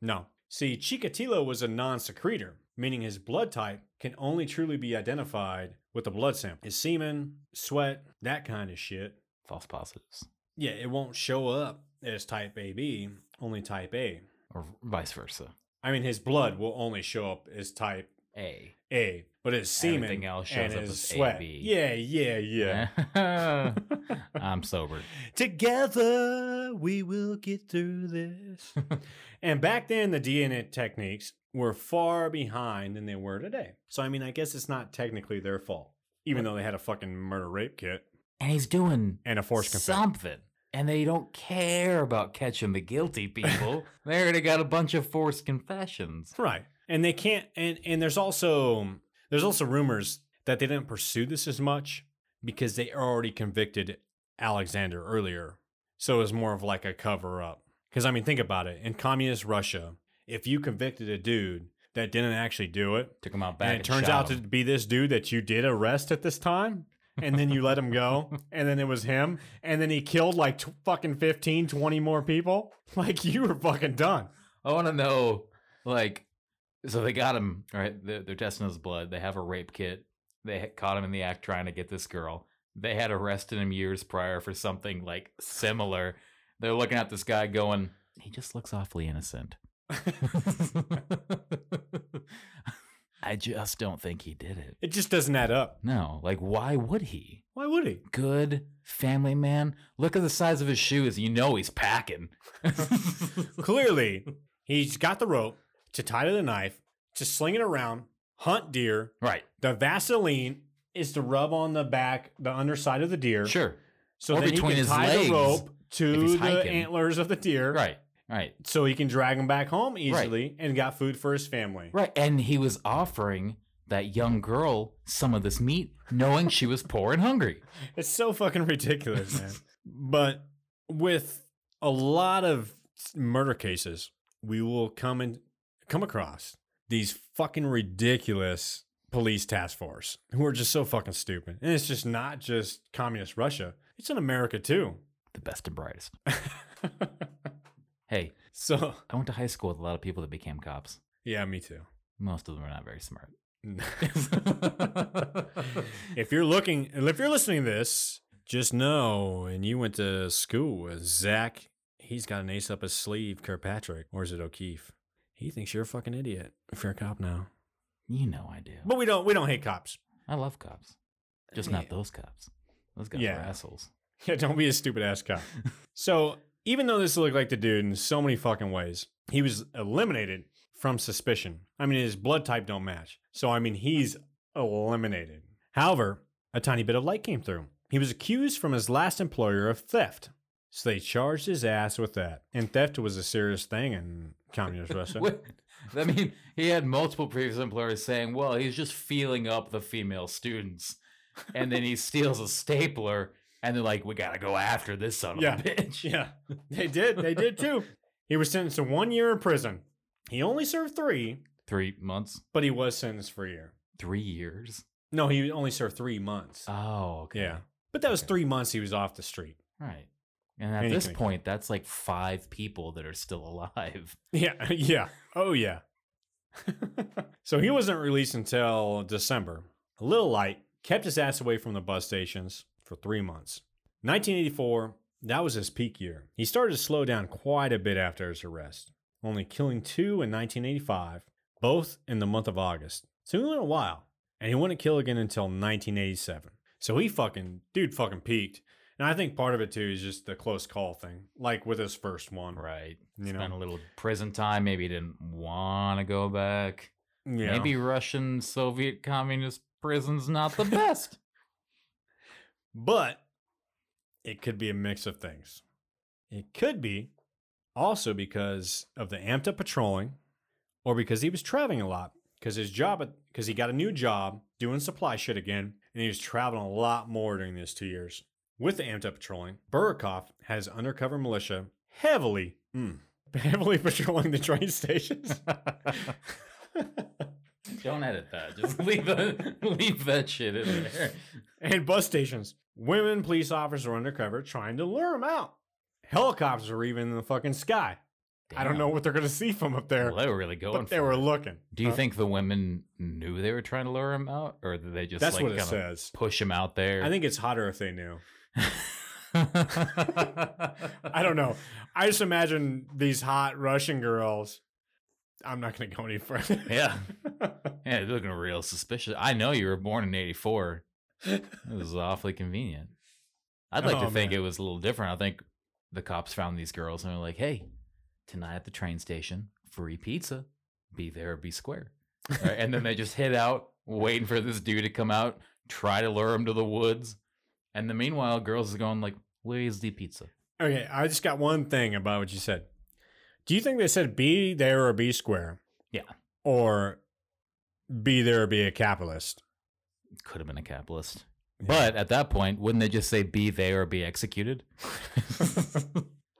[SPEAKER 4] No. See, Chikatilo was a non-secretor, meaning his blood type can only truly be identified with a blood sample. His semen, sweat, that kind of shit.
[SPEAKER 2] False positives,
[SPEAKER 4] Yeah, it won't show up as type AB, only type A.
[SPEAKER 2] or vice versa.
[SPEAKER 4] I mean, his blood will only show up as type
[SPEAKER 2] A.
[SPEAKER 4] A, but his semen
[SPEAKER 2] Everything else
[SPEAKER 4] and
[SPEAKER 2] shows up
[SPEAKER 4] his
[SPEAKER 2] as
[SPEAKER 4] sweat.
[SPEAKER 2] AB.
[SPEAKER 4] Yeah, yeah, yeah.
[SPEAKER 2] [laughs] I'm sober.
[SPEAKER 4] [laughs] Together we will get
[SPEAKER 2] [laughs]
[SPEAKER 4] through this. and back then, the DNA techniques were far behind than they were today. So, I mean, I guess it's not technically their fault, even though they had a fucking murder rape kit
[SPEAKER 2] And he's doing
[SPEAKER 4] and a forced confession.
[SPEAKER 2] something. And they don't care about catching the guilty [laughs] people. they already got a bunch of forced confessions.
[SPEAKER 4] Right. And they can't. And and there's also there's also rumors that they didn't pursue this as much because they already convicted Alexander earlier. So it was more of like a cover up. Because I mean, think about it. In communist Russia, if you convicted a dude that didn't actually do it,
[SPEAKER 2] Took him out back.
[SPEAKER 4] and it turns out to be this dude that you did arrest at this time. And then you let him go. And then it was him. And then he killed like t- fucking 15, 20 more people. [laughs] Like you were fucking done.
[SPEAKER 2] I want to know, like, so they got him. All right, they're, they're testing his blood. They have a rape kit. They had caught him in the act trying to get this girl. They had arrested him years prior for something like similar. They're looking at this guy going, he just looks awfully [laughs] innocent. I just don't think he did it.
[SPEAKER 4] It just doesn't add up.
[SPEAKER 2] No, like, why would he?
[SPEAKER 4] Why would he?
[SPEAKER 2] Good family man. Look at the size of his shoes. You know he's packing. [laughs]
[SPEAKER 4] Clearly, he's got the rope to tie to the knife, to sling it around, hunt deer.
[SPEAKER 2] right.
[SPEAKER 4] The Vaseline is to rub on the back, the underside of the deer.
[SPEAKER 2] Sure.
[SPEAKER 4] So
[SPEAKER 2] Or
[SPEAKER 4] then
[SPEAKER 2] between
[SPEAKER 4] he can
[SPEAKER 2] his
[SPEAKER 4] tie
[SPEAKER 2] legs,
[SPEAKER 4] the rope
[SPEAKER 2] if
[SPEAKER 4] to
[SPEAKER 2] he's
[SPEAKER 4] the
[SPEAKER 2] hiking.
[SPEAKER 4] antlers of the deer.
[SPEAKER 2] Right. Right.
[SPEAKER 4] So he can drag him back home easily and got food for his family.
[SPEAKER 2] Right. And he was offering that young girl some of this meat, knowing she was poor and hungry.
[SPEAKER 4] It's so fucking ridiculous, man. but with a lot of murder cases, we will come and come across these fucking ridiculous police task force who are just so fucking stupid. And it's just not just communist Russia; it's in America too. [laughs]
[SPEAKER 2] The best and brightest. Hey,
[SPEAKER 4] so
[SPEAKER 2] I went to high school with a lot of people that became cops.
[SPEAKER 4] yeah, me too.
[SPEAKER 2] Most of them are not very smart.
[SPEAKER 4] if you're looking, if you're listening to this, just know, and you went to school with Zach. He's got an ace up his sleeve, Kirkpatrick, or is it O'Keefe? He thinks you're a fucking idiot if you're a cop now.
[SPEAKER 2] You know I do.
[SPEAKER 4] But we don't we don't hate cops.
[SPEAKER 2] I love cops. Just not those cops. Those guys
[SPEAKER 4] Yeah.
[SPEAKER 2] are assholes.
[SPEAKER 4] [laughs] Yeah, don't be a stupid ass cop. so even though this looked like the dude in so many fucking ways, he was eliminated from suspicion. I mean, his blood type don't match. So I mean, he's eliminated. However, a tiny bit of light came through. He was accused from his last employer of theft. So they charged his ass with that. And theft was a serious thing in communist Russia.
[SPEAKER 2] What? I mean, he had multiple previous employers saying, well, he's just feeling up the female students. And then
[SPEAKER 4] [laughs]
[SPEAKER 2] he steals a stapler, and they're like, we got to go after this son
[SPEAKER 4] Yeah.
[SPEAKER 2] of a bitch.
[SPEAKER 4] Yeah, they did. They did too. He was sentenced to one year in prison. He only served three,
[SPEAKER 2] Three months?
[SPEAKER 4] but he was sentenced for a year.
[SPEAKER 2] Three years?
[SPEAKER 4] No, he only served three months.
[SPEAKER 2] Oh, okay.
[SPEAKER 4] Yeah. But that was
[SPEAKER 2] Okay.
[SPEAKER 4] three months he was off the street.
[SPEAKER 2] Right. And at
[SPEAKER 4] And he
[SPEAKER 2] this
[SPEAKER 4] can-
[SPEAKER 2] point, that's like five people that are still alive.
[SPEAKER 4] Yeah. [laughs] Yeah. Oh, yeah. [laughs] so he wasn't released until December. A little light kept his ass away from the bus stations for three months. 1984, that was his peak year. He started to slow down quite a bit after his arrest, only killing two in 1985, both in the month of August. So he went a while, and he wouldn't kill again until 1987. So he fucking, dude fucking peaked. And I think part of it too is just the close call thing, like with his first one.
[SPEAKER 2] Right.
[SPEAKER 4] Um, You
[SPEAKER 2] Spent
[SPEAKER 4] know.
[SPEAKER 2] a little prison time. Maybe didn't want to go back.
[SPEAKER 4] Yeah.
[SPEAKER 2] Maybe Russian Soviet communist prison's not the best.
[SPEAKER 4] But it could be a mix of things. It could be also because of the amped up patrolling or because he was traveling a lot because his job because he got a new job doing supply shit again and he was traveling a lot more during these 2 years. With the amped up patrolling, Burakoff has undercover militia heavily mm, [laughs] heavily patrolling the train stations.
[SPEAKER 2] Don't edit that. Just [laughs] leave the, leave that shit in there.
[SPEAKER 4] and bus stations. Women police officers are undercover trying to lure him out. Helicopters are even in the fucking sky. I don't
[SPEAKER 2] Damn.
[SPEAKER 4] know what they're going to see from up there,
[SPEAKER 2] Well, they were really going.
[SPEAKER 4] but they
[SPEAKER 2] for
[SPEAKER 4] were
[SPEAKER 2] it.
[SPEAKER 4] looking.
[SPEAKER 2] Do you
[SPEAKER 4] Huh?
[SPEAKER 2] think the women knew they were trying to lure him out, or did they just
[SPEAKER 4] that's
[SPEAKER 2] like
[SPEAKER 4] what it
[SPEAKER 2] kinda
[SPEAKER 4] says?
[SPEAKER 2] push him out there?
[SPEAKER 4] I think it's hotter if they knew.
[SPEAKER 2] [laughs] I
[SPEAKER 4] I don't know. I just imagine these hot Russian girls. I'm not going to go any further.
[SPEAKER 2] Yeah. Yeah, they're looking real suspicious. I know you were born in '84. It was awfully convenient. I'd like
[SPEAKER 4] Oh,
[SPEAKER 2] to think
[SPEAKER 4] man.
[SPEAKER 2] it was a little different. I think the cops found these girls and were like, "Hey, tonight at the train station, free pizza. Be there or be square." Right, and then they just hid out, waiting for this dude to come out, try to lure him to the woods. And the meanwhile, girls are going like, "Where is the pizza?"
[SPEAKER 4] [laughs] okay, I just got one thing about what you said. Do you think they said be there or be square?
[SPEAKER 2] Yeah.
[SPEAKER 4] Or be there or be a capitalist?
[SPEAKER 2] Could have been a capitalist. But at that point, wouldn't they just say, "Be there or be
[SPEAKER 4] [laughs]
[SPEAKER 2] executed"?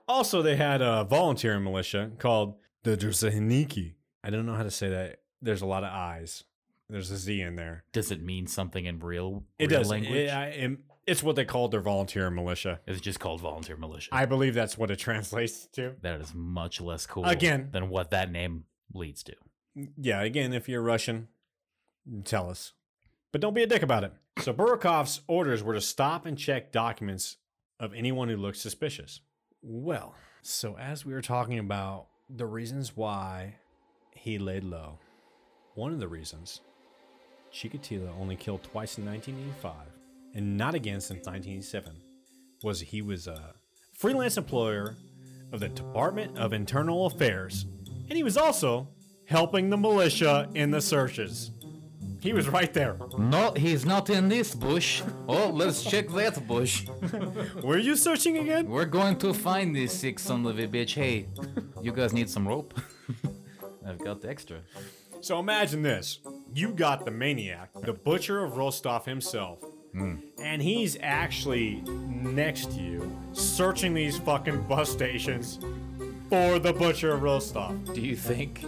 [SPEAKER 4] Also, they had a volunteer militia called the Drzehniki. I don't know how to say that. There's a lot of I's. There's a Z in there.
[SPEAKER 2] Does it mean something in real,
[SPEAKER 4] It
[SPEAKER 2] real
[SPEAKER 4] does.
[SPEAKER 2] language?
[SPEAKER 4] It, I, am- it's what they called their volunteer militia.
[SPEAKER 2] It's just called volunteer militia.
[SPEAKER 4] I believe that's what it [laughs] translates to.
[SPEAKER 2] that is much less cool
[SPEAKER 4] Again.
[SPEAKER 2] than what that name leads to.
[SPEAKER 4] Yeah, again, if you're Russian, tell us. But don't be a dick about it. So Burakov's orders were to stop and check documents of anyone who looked suspicious. Well, so as we were talking about the reasons why he laid low, one of the reasons Chikatilo only killed twice in 1985 and not again since 1987 was he was a freelance employer of the Department of Internal Affairs, and he was also helping the militia in the searches. He was right there.
[SPEAKER 2] No, he's not in this bush. Oh, let's check that bush.
[SPEAKER 4] Were you searching again?
[SPEAKER 2] We're going to find this sick son of a bitch. Hey, you guys need some rope? [laughs] I've got extra.
[SPEAKER 4] So imagine this. You got the maniac, the butcher of Rostov himself, and he's actually next to you, searching these fucking bus stations for the butcher of Rostov.
[SPEAKER 2] Do you think?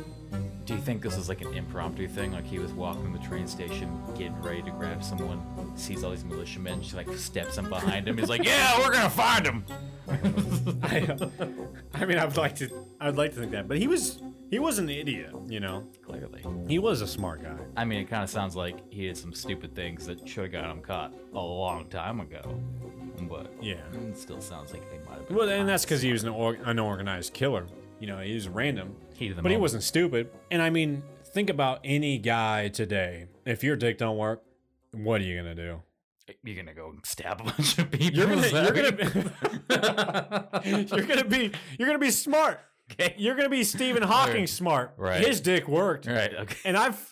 [SPEAKER 2] Do you think this is like an impromptu thing? Like he was walking the train station, getting ready to grab someone, sees all these militiamen, she like steps in behind him. He's like, "Yeah, we're gonna find him."
[SPEAKER 4] [laughs] I, I mean, I'd like to, I'd like to think that, but he was, he was an idiot, you know.
[SPEAKER 2] Clearly.
[SPEAKER 4] He was a smart guy.
[SPEAKER 2] I mean, it kind of sounds like he did some stupid things that should have got him caught a long time ago. But
[SPEAKER 4] Yeah.
[SPEAKER 2] it still sounds like they might have been.
[SPEAKER 4] Well, and that's
[SPEAKER 2] fine.
[SPEAKER 4] because he was an or- unorganized killer. You know, he was random.
[SPEAKER 2] Heat of the
[SPEAKER 4] But he
[SPEAKER 2] moment.
[SPEAKER 4] wasn't stupid. And I mean, think about any guy today. If your dick don't work, what are you gonna do?
[SPEAKER 2] You're gonna go and stab a bunch of people.
[SPEAKER 4] You're gonna,
[SPEAKER 2] is that
[SPEAKER 4] you're
[SPEAKER 2] what
[SPEAKER 4] gonna, you're gonna be, [laughs] you're gonna be smart.
[SPEAKER 2] Okay.
[SPEAKER 4] You're gonna be Stephen Hawking
[SPEAKER 2] Right.
[SPEAKER 4] smart.
[SPEAKER 2] Right.
[SPEAKER 4] His dick worked,
[SPEAKER 2] All right. Okay.
[SPEAKER 4] and I've,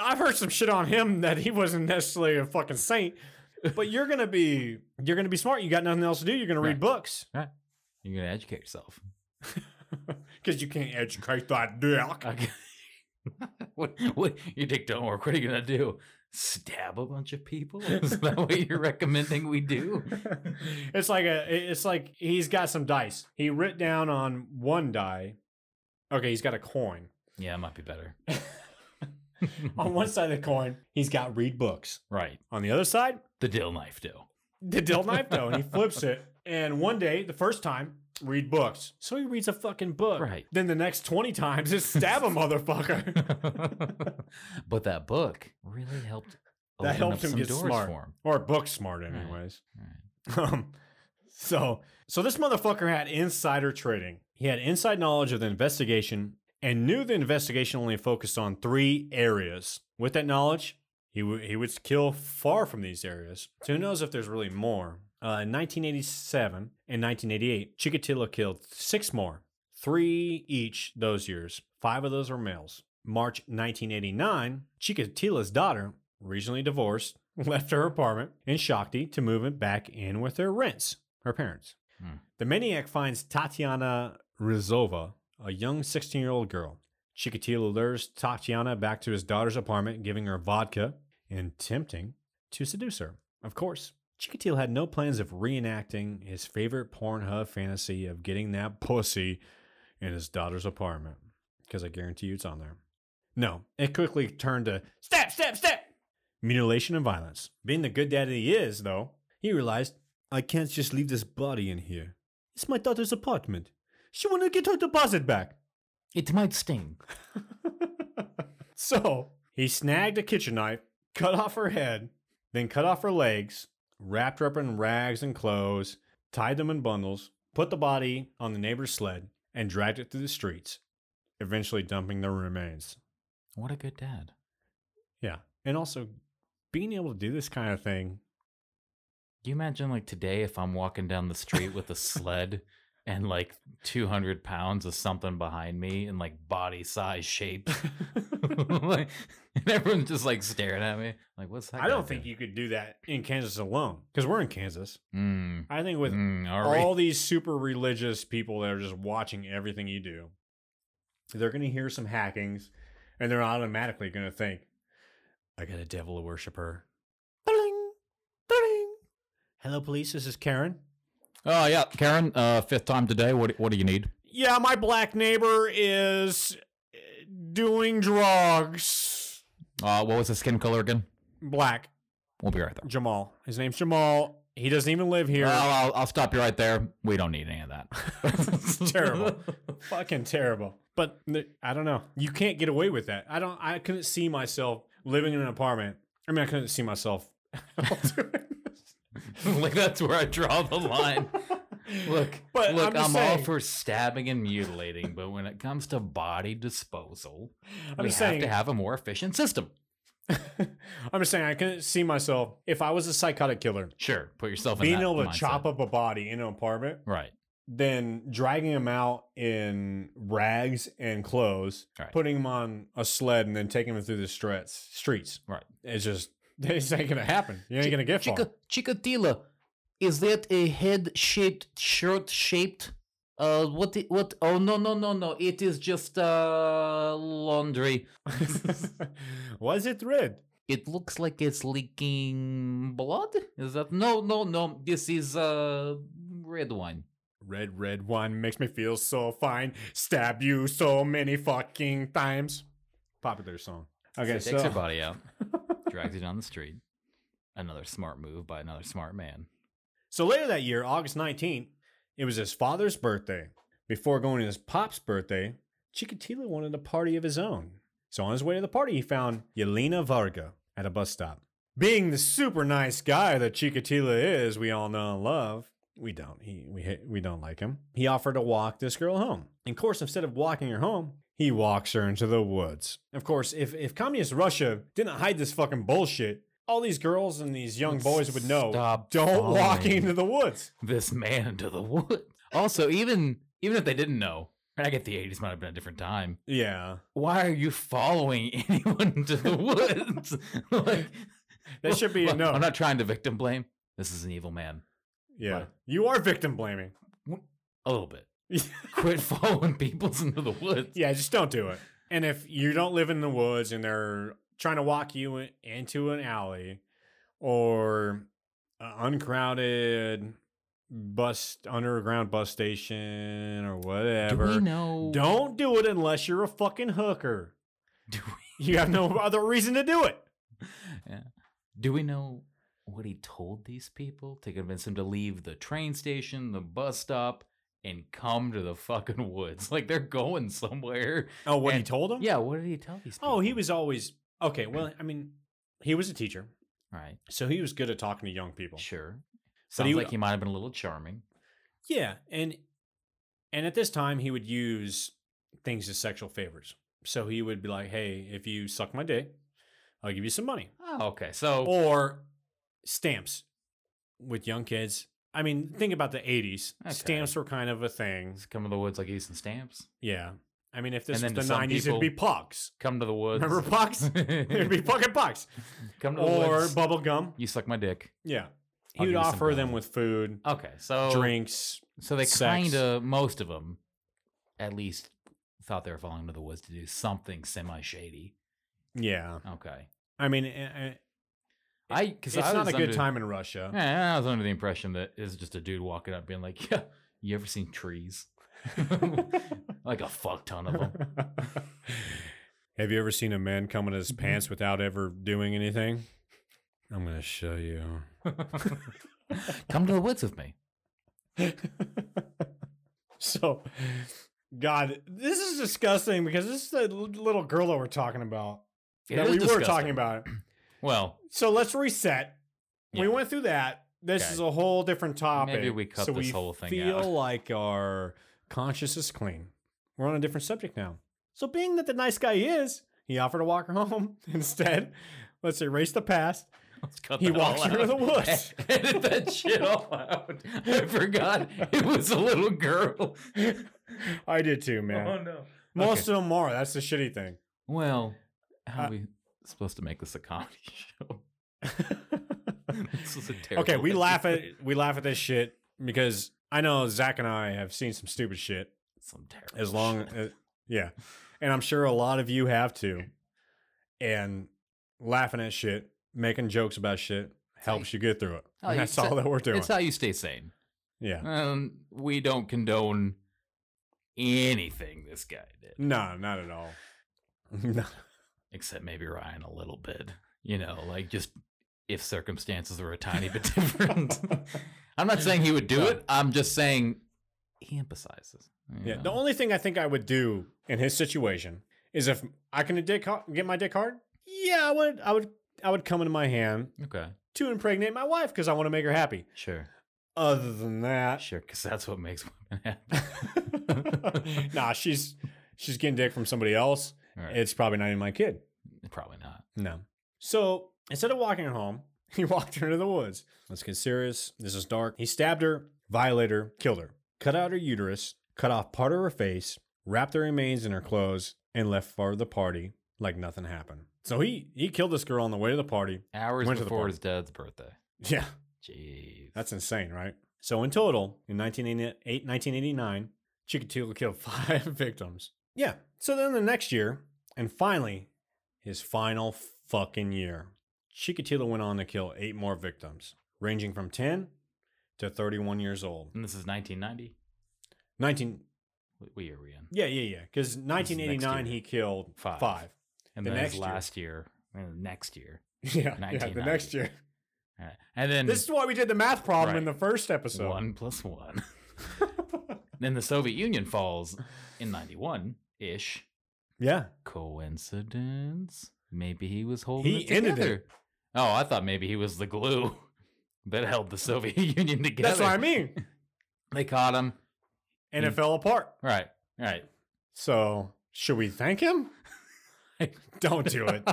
[SPEAKER 4] I've heard some shit on him that he wasn't necessarily a fucking saint. But you're gonna be, you're gonna be smart. You got nothing else to do. You're gonna read
[SPEAKER 2] Right.
[SPEAKER 4] books
[SPEAKER 2] You're gonna educate yourself.
[SPEAKER 4] because you can't educate that dick.
[SPEAKER 2] Okay. [laughs] what, what? Your dick don't work. What are you gonna do? Stab a bunch of people? Is that what you're recommending we do?
[SPEAKER 4] [laughs] it's like a it's like he's got some dice. He writ down on one die. Okay, he's got a coin.
[SPEAKER 2] Yeah, it might be better.
[SPEAKER 4] On one side of the coin, he's got read books.
[SPEAKER 2] right.
[SPEAKER 4] On the other side,
[SPEAKER 2] The dill [laughs] knife do.
[SPEAKER 4] the dill knife though, and he flips it. And one day, the first time, read books. So he reads a fucking book.
[SPEAKER 2] Right.
[SPEAKER 4] Then the next 20 times [laughs] is stab a motherfucker.
[SPEAKER 2] but that book really helped.
[SPEAKER 4] That
[SPEAKER 2] open
[SPEAKER 4] helped
[SPEAKER 2] up
[SPEAKER 4] him
[SPEAKER 2] some
[SPEAKER 4] get
[SPEAKER 2] doors
[SPEAKER 4] smart.
[SPEAKER 2] For him.
[SPEAKER 4] or book smart
[SPEAKER 2] Right.
[SPEAKER 4] anyways. [laughs] Um, so, so this motherfucker had insider trading. He had inside knowledge of the investigation and knew the investigation only focused on three areas. With that knowledge, he would he would kill far from these areas. So who knows if there's really more? Uh, in 1987 and 1988, Chikatilo killed six more, three each those years. Five of those were males. March 1989, Chikatilo's daughter, recently divorced, [laughs] left her apartment in Shakti to move it back in with her rents, her parents.
[SPEAKER 2] Hmm.
[SPEAKER 4] The maniac finds Tatiana Rizova, a young 16 year old girl. Chikatilo lures Tatiana back to his daughter's apartment, giving her vodka and tempting to seduce her. Of course, Chikatilo had no plans of reenacting his favorite Pornhub fantasy of getting that pussy in his daughter's apartment, because I guarantee you it's on there. No, it quickly turned to step, step, step, mutilation and violence. Being the good dad that he is, though, he realized I can't just leave this body in here. It's my daughter's apartment. She wanted to get her deposit back.
[SPEAKER 2] It might sting.
[SPEAKER 4] [laughs] so he snagged a kitchen knife, cut off her head, then cut off her legs, wrapped her up in rags and clothes, tied them in bundles, put the body on the neighbor's sled, and dragged it through the streets, eventually dumping the remains.
[SPEAKER 2] What a good dad.
[SPEAKER 4] Yeah. And also, being able to do this kind of thing
[SPEAKER 2] Can you imagine like today if I'm walking down the street with a sled and like 200 pounds of something behind me in like body size shape? [laughs] like, and everyone's just like staring at me. Like, what's that?
[SPEAKER 4] I don't think you could do that in Kansas alone because we're in Kansas.
[SPEAKER 2] Mm,
[SPEAKER 4] I think with
[SPEAKER 2] mm, all right.
[SPEAKER 4] all these super religious people that are just watching everything you do, they're going to hear some hackings and they're automatically going to think, I got a devil worshiper. Ba-ding, ba-ding. Hello, police. This is Karen.
[SPEAKER 2] Oh, yeah. Karen, uh, fifth time today. What, what do you need?
[SPEAKER 4] Yeah, my black neighbor is uh, doing drugs.
[SPEAKER 2] Uh, what was the skin color again?
[SPEAKER 4] Black.
[SPEAKER 2] We'll be right there.
[SPEAKER 4] Jamal. His name's Jamal. He doesn't even live here.
[SPEAKER 2] I'll, I'll stop you right there. We don't need any of
[SPEAKER 4] [laughs]
[SPEAKER 2] that.
[SPEAKER 4] Terrible. [laughs] fucking terrible. But th- I don't know. You can't get away with that. I don't. I couldn't see myself living in an apartment. I mean, I couldn't see myself [laughs] doing this.
[SPEAKER 2] [laughs] like that's where I draw
[SPEAKER 4] [laughs]
[SPEAKER 2] the line. Look,
[SPEAKER 4] But
[SPEAKER 2] look,
[SPEAKER 4] I'm
[SPEAKER 2] I'm,
[SPEAKER 4] just
[SPEAKER 2] all
[SPEAKER 4] saying-
[SPEAKER 2] for stabbing and mutilating, but when it comes to body disposal,
[SPEAKER 4] I'm
[SPEAKER 2] we
[SPEAKER 4] just
[SPEAKER 2] have
[SPEAKER 4] saying.
[SPEAKER 2] to have a more efficient system.
[SPEAKER 4] I'm just saying. I couldn't see myself if I was a psychotic killer
[SPEAKER 2] Sure, put yourself in
[SPEAKER 4] being
[SPEAKER 2] that
[SPEAKER 4] able to
[SPEAKER 2] mindset.
[SPEAKER 4] chop up a body in an apartment,
[SPEAKER 2] Right,
[SPEAKER 4] then dragging him out in rags and clothes,
[SPEAKER 2] Right.
[SPEAKER 4] putting him on a sled, and then taking him through the streets. Streets.
[SPEAKER 2] right.
[SPEAKER 4] It's just. [laughs] It's not gonna happen. You ain't
[SPEAKER 2] Chi-
[SPEAKER 4] gonna get far.
[SPEAKER 2] Chikatila, is that a head shaped, shirt shaped? Uh, what? What? Oh no, no, no, no! It is just uh laundry.
[SPEAKER 4] [laughs] Was it red?
[SPEAKER 2] It looks like it's leaking blood. Is that no, no, no? This is uh red wine.
[SPEAKER 4] Red, red wine makes me feel so fine. Stab you so many fucking times. Popular song. Okay,
[SPEAKER 2] So takes her
[SPEAKER 4] so
[SPEAKER 2] body
[SPEAKER 4] [laughs]
[SPEAKER 2] out, drags her down the street. Another smart move by another smart man.
[SPEAKER 4] so later that year, August nineteenth, it was his father's birthday. Before going to his pop's birthday, Chikatilo wanted a party of his own. So on his way to the party, he found Yelena Varga at a bus stop. Being the super nice guy that Chikatilo is, we all know and love, We don't. He, we ha- we don't like him. He offered to walk this girl home. And of course, instead of walking her home, he walks her into the woods. Of course, if if communist Russia didn't hide this fucking bullshit, all these girls and these young boys would know.
[SPEAKER 2] Stop
[SPEAKER 4] Don't walk
[SPEAKER 2] following
[SPEAKER 4] into the woods.
[SPEAKER 2] [laughs] this man into the woods. Also, even even if they didn't know, and I get the '80s might have been a different time.
[SPEAKER 4] Yeah,
[SPEAKER 2] Why are you following [laughs] anyone into the woods? [laughs] like,
[SPEAKER 4] that
[SPEAKER 2] [laughs]
[SPEAKER 4] should be a
[SPEAKER 2] Look,
[SPEAKER 4] no.
[SPEAKER 2] I'm not trying to victim blame. This is an evil man.
[SPEAKER 4] yeah,
[SPEAKER 2] Right.
[SPEAKER 4] you are victim blaming.
[SPEAKER 2] A little
[SPEAKER 4] [laughs]
[SPEAKER 2] bit. Quit following peoples into the woods.
[SPEAKER 4] Yeah, just don't do it. And if you don't live in the woods and they're trying to walk you in- into an alley or an uncrowded bus underground bus station or
[SPEAKER 2] Do
[SPEAKER 4] whatever,
[SPEAKER 2] we know?
[SPEAKER 4] don't do it unless you're a fucking hooker.
[SPEAKER 2] [laughs] Do we
[SPEAKER 4] You have no other reason to do it.
[SPEAKER 2] Yeah. Do we know what he told these people to convince them to leave the train station, the bus stop, and come to the fucking woods? [laughs] Like they're going somewhere.
[SPEAKER 4] Oh, what he
[SPEAKER 2] And-
[SPEAKER 4] told them?
[SPEAKER 2] Yeah, what did he tell these people?
[SPEAKER 4] Oh, he was always okay. Well, I mean, he was a teacher,
[SPEAKER 2] right.
[SPEAKER 4] so he was good at talking to young people.
[SPEAKER 2] Sure.
[SPEAKER 4] But
[SPEAKER 2] Sounds
[SPEAKER 4] he-
[SPEAKER 2] like he might have been a little charming.
[SPEAKER 4] Yeah, and and at this time he would use things as sexual favors. So he would be like, "Hey, if you suck my dick, I'll give you some money."
[SPEAKER 2] Oh, okay. So
[SPEAKER 4] Or stamps with young kids. I mean, think about the 80s.
[SPEAKER 2] Okay.
[SPEAKER 4] Stamps were kind of a thing.
[SPEAKER 2] come to the woods like he's in stamps.
[SPEAKER 4] Yeah. I mean, if this
[SPEAKER 2] And
[SPEAKER 4] was
[SPEAKER 2] then to
[SPEAKER 4] the
[SPEAKER 2] some
[SPEAKER 4] 90s,
[SPEAKER 2] people-
[SPEAKER 4] it'd be pucks.
[SPEAKER 2] Come to the woods. [laughs]
[SPEAKER 4] Remember pucks? it'd be fucking pucks.
[SPEAKER 2] come to the
[SPEAKER 4] Or
[SPEAKER 2] woods.
[SPEAKER 4] bubble gum.
[SPEAKER 2] you suck my dick.
[SPEAKER 4] Yeah.
[SPEAKER 2] I'll
[SPEAKER 4] He would
[SPEAKER 2] give you some
[SPEAKER 4] offer them
[SPEAKER 2] gum. Oh.
[SPEAKER 4] with food,
[SPEAKER 2] Okay. So
[SPEAKER 4] drinks.
[SPEAKER 2] So they
[SPEAKER 4] sex.
[SPEAKER 2] kind of, most of them, at least, thought they were falling into the woods to do something semi shady.
[SPEAKER 4] Yeah.
[SPEAKER 2] Okay,
[SPEAKER 4] I mean, eh, eh,
[SPEAKER 2] I because
[SPEAKER 4] it's not a good
[SPEAKER 2] under,
[SPEAKER 4] time in Russia.
[SPEAKER 2] Yeah, I was under the impression that it's just a dude walking up being like, "Yeah, you ever seen trees? [laughs]
[SPEAKER 4] [laughs]
[SPEAKER 2] like a fuck ton of them."
[SPEAKER 4] Have you ever seen a man come in his pants without ever doing anything? I'm gonna show you.
[SPEAKER 2] Come to the woods with me.
[SPEAKER 4] [laughs] so, God, this is disgusting because this is the l- little girl that we're talking about
[SPEAKER 2] It
[SPEAKER 4] that
[SPEAKER 2] is
[SPEAKER 4] we were
[SPEAKER 2] disgusting.
[SPEAKER 4] talking about.
[SPEAKER 2] Well,
[SPEAKER 4] So let's reset. We
[SPEAKER 2] Yeah.
[SPEAKER 4] went through that. This
[SPEAKER 2] Okay.
[SPEAKER 4] is a whole different topic.
[SPEAKER 2] Maybe we cut
[SPEAKER 4] so
[SPEAKER 2] this
[SPEAKER 4] we
[SPEAKER 2] whole thing
[SPEAKER 4] Feel
[SPEAKER 2] out.
[SPEAKER 4] like our conscience is clean. We're on a different subject now. So being that the nice guy he is, he offered to walk her [laughs] home instead. Let's erase the past.
[SPEAKER 2] [laughs] let's cut
[SPEAKER 4] He
[SPEAKER 2] that
[SPEAKER 4] walks
[SPEAKER 2] all
[SPEAKER 4] into
[SPEAKER 2] out.
[SPEAKER 4] the woods.
[SPEAKER 2] [laughs] Edit that shit all out. I forgot it was a little
[SPEAKER 4] [laughs]
[SPEAKER 2] girl. Oh,
[SPEAKER 4] I did
[SPEAKER 2] [laughs]
[SPEAKER 4] too, man.
[SPEAKER 2] no.
[SPEAKER 4] Most of them are. That's the shitty thing. [laughs]
[SPEAKER 2] Well, how
[SPEAKER 4] Uh,
[SPEAKER 2] are we supposed to make this a comedy [laughs] show? this is a terrible.
[SPEAKER 4] okay, we laugh at
[SPEAKER 2] episode.
[SPEAKER 4] we laugh at this shit because I know Zach and I have seen some stupid shit.
[SPEAKER 2] [laughs] some terrible.
[SPEAKER 4] as long
[SPEAKER 2] shit.
[SPEAKER 4] as yeah and i'm sure a lot of you have too and laughing at shit making jokes about shit helps you get through it
[SPEAKER 2] Oh,
[SPEAKER 4] And
[SPEAKER 2] you-
[SPEAKER 4] [laughs] that's all that we're doing
[SPEAKER 2] it's how you stay sane.
[SPEAKER 4] yeah
[SPEAKER 2] Um, we don't condone anything this guy did,
[SPEAKER 4] no not at all [laughs] no.
[SPEAKER 2] except maybe Ryan a little bit. You know, like just if circumstances were a tiny
[SPEAKER 4] [laughs]
[SPEAKER 2] bit different. I'm not saying he would do
[SPEAKER 4] No.
[SPEAKER 2] it. I'm just saying he emphasizes. you
[SPEAKER 4] yeah
[SPEAKER 2] know.
[SPEAKER 4] the only thing i think i would do in his situation is if i can dick ho- get my dick hard yeah i would i would i would come into my hand
[SPEAKER 2] okay,
[SPEAKER 4] to impregnate my wife because i want to make her happy
[SPEAKER 2] sure,
[SPEAKER 4] other than that
[SPEAKER 2] sure, because that's what makes [laughs] women happy.
[SPEAKER 4] [laughs] nah she's she's getting dick from somebody else
[SPEAKER 2] All right.
[SPEAKER 4] it's probably not even my kid
[SPEAKER 2] Probably not.
[SPEAKER 4] No. So instead of walking her home, [laughs] he walked her into the woods. Let's get serious. This is dark. He stabbed her, violated her, killed her, cut out her uterus, cut off part of her face, wrapped the remains in her clothes, and left for the party like nothing happened. So he he killed this girl on the way to the party.
[SPEAKER 2] Hours
[SPEAKER 4] Went to the
[SPEAKER 2] before
[SPEAKER 4] party.
[SPEAKER 2] his dad's birthday.
[SPEAKER 4] Yeah,
[SPEAKER 2] Jeez.
[SPEAKER 4] that's insane, right? So in total, in 1988, 1989, Chikatilo killed [laughs] five victims. Yeah. So then the next year, and finally, his final fucking year, Chikatilo went on to kill eight more victims, ranging from 10 to 31 years old.
[SPEAKER 2] And this is 1990.
[SPEAKER 4] 19.
[SPEAKER 2] What- What year are we in?
[SPEAKER 4] Yeah, yeah, yeah. Because 1989,
[SPEAKER 2] year.
[SPEAKER 4] he killed
[SPEAKER 2] Five.
[SPEAKER 4] five. [laughs]
[SPEAKER 2] And
[SPEAKER 4] The
[SPEAKER 2] then it's
[SPEAKER 4] next year.
[SPEAKER 2] last year. and the next year.
[SPEAKER 4] Yeah, yeah. The
[SPEAKER 2] 1990.
[SPEAKER 4] next year.
[SPEAKER 2] All right. And then
[SPEAKER 4] This is why we did the math problem in
[SPEAKER 2] Right.
[SPEAKER 4] the first episode.
[SPEAKER 2] one plus one. [laughs] then the Soviet Union falls in 91 ish.
[SPEAKER 4] yeah.
[SPEAKER 2] Coincidence? Maybe he was holding
[SPEAKER 4] He
[SPEAKER 2] it
[SPEAKER 4] ended
[SPEAKER 2] together. Oh, I thought maybe he was the glue. [laughs] that held the Soviet [laughs] Union together.
[SPEAKER 4] That's what I
[SPEAKER 2] [laughs]
[SPEAKER 4] mean.
[SPEAKER 2] They caught him.
[SPEAKER 4] And it
[SPEAKER 2] Mm.
[SPEAKER 4] fell apart.
[SPEAKER 2] Right.
[SPEAKER 4] [laughs]
[SPEAKER 2] Right.
[SPEAKER 4] So should we thank him? [laughs] Don't do it.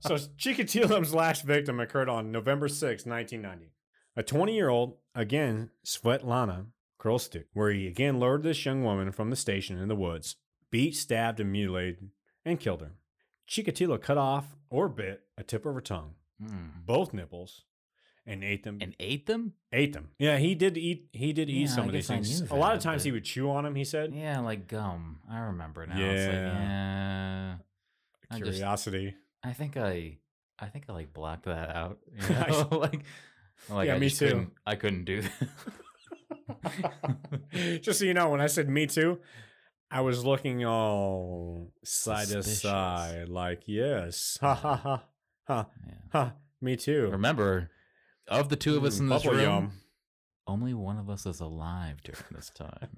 [SPEAKER 4] so Chikatilo's last victim occurred on November 6, 1990. A 20-year-old, again, Svetlana Krolstik, where he again lured this young woman from the station in the woods, beat, stabbed, and mutilated, and killed her. Chikatilo cut off or bit a tip of her tongue,
[SPEAKER 2] Hmm.
[SPEAKER 4] both nipples, and ate them.
[SPEAKER 2] And ate them?
[SPEAKER 4] ate them. Yeah, he did eat. He did
[SPEAKER 2] Yeah,
[SPEAKER 4] eat some
[SPEAKER 2] I
[SPEAKER 4] of these
[SPEAKER 2] guess I
[SPEAKER 4] things.
[SPEAKER 2] knew
[SPEAKER 4] A lot of
[SPEAKER 2] that,
[SPEAKER 4] times
[SPEAKER 2] but-
[SPEAKER 4] he would chew on them. He said,
[SPEAKER 2] Yeah, like gum. I remember now. It's like, yeah. I just-
[SPEAKER 4] "Curiosity."
[SPEAKER 2] I think I, I think I like blocked that out. You
[SPEAKER 4] [laughs] I
[SPEAKER 2] know? [laughs] like, like
[SPEAKER 4] Yeah,
[SPEAKER 2] I
[SPEAKER 4] me
[SPEAKER 2] just
[SPEAKER 4] too.
[SPEAKER 2] Couldn't, I couldn't do [laughs] that.
[SPEAKER 4] [laughs] Just so you know, when I said me too, I was looking all side to
[SPEAKER 2] Suspicious.
[SPEAKER 4] side, like, yes, [laughs] ha ha ha ha
[SPEAKER 2] Yeah.
[SPEAKER 4] ha, me too.
[SPEAKER 2] Remember, of the two of us
[SPEAKER 4] Mm,
[SPEAKER 2] in this
[SPEAKER 4] bubble
[SPEAKER 2] room,
[SPEAKER 4] yum.
[SPEAKER 2] only one of us is alive during this
[SPEAKER 4] [laughs]
[SPEAKER 2] time.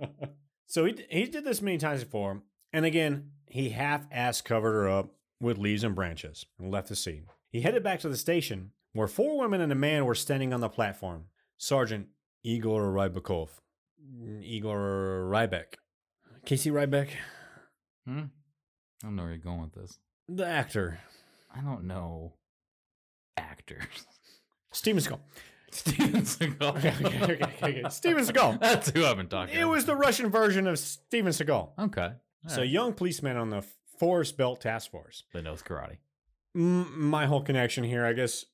[SPEAKER 4] so he, he did this many times before. And again, he half ass covered her up with leaves and branches and left the scene. He headed back to the station where four women and a man were standing on the platform. Sergeant Igor Rybakov. Mm, Igor Rybeck. Casey Rybeck?
[SPEAKER 2] hmm? I don't know where you're going with this.
[SPEAKER 4] The actor.
[SPEAKER 2] I don't know actors. [laughs]
[SPEAKER 4] Steven Seagal.
[SPEAKER 2] Steven Seagal.
[SPEAKER 4] Okay, okay, okay, okay, okay. Steven
[SPEAKER 2] [laughs]
[SPEAKER 4] Seagal.
[SPEAKER 2] That's who I've been talking.
[SPEAKER 4] It
[SPEAKER 2] about.
[SPEAKER 4] was the Russian version of Steven Seagal.
[SPEAKER 2] okay. all
[SPEAKER 4] So,
[SPEAKER 2] right.
[SPEAKER 4] young policeman on the Forest Belt Task Force.
[SPEAKER 2] that knows karate.
[SPEAKER 4] M- my whole connection here, I guess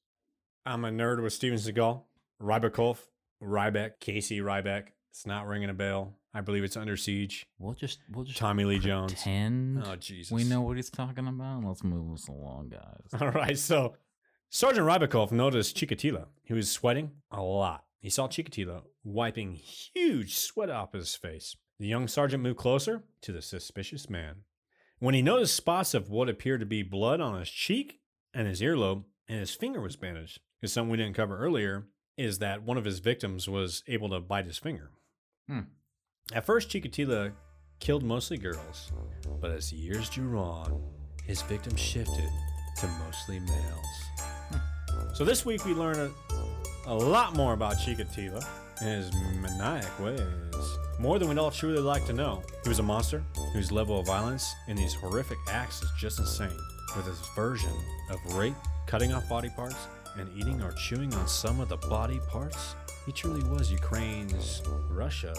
[SPEAKER 4] I'm a nerd with Steven Seagal, Rybakov, Ryback, Casey Ryback. It's not ringing a bell. I believe it's Under Siege.
[SPEAKER 2] We'll just we'll just
[SPEAKER 4] Tommy Lee Jones.
[SPEAKER 2] pretend
[SPEAKER 4] Oh, Jesus.
[SPEAKER 2] we know what he's talking about. Let's move us along,
[SPEAKER 4] [laughs]
[SPEAKER 2] guys. [laughs]
[SPEAKER 4] All right, so Sergeant Rybakov noticed Chikatilo. He was sweating a lot. He saw Chikatilo wiping huge sweat off his face. The young sergeant moved closer to the suspicious man. When he noticed spots of what appeared to be blood on his cheek and his earlobe, and his finger was bandaged, because something we didn't cover earlier is that one of his victims was able to bite his finger.
[SPEAKER 2] Hmm.
[SPEAKER 4] At first, Chikatilo killed mostly girls, but as the years drew on, his victims shifted to mostly males. So this week we learn a, a lot more about Chikatilo and his maniac ways. More than we'd all truly like to know. He was a monster whose level of violence in these horrific acts is just insane. With his version of rape, cutting off body parts, and eating or chewing on some of the body parts, he truly was Ukraine's, Russia's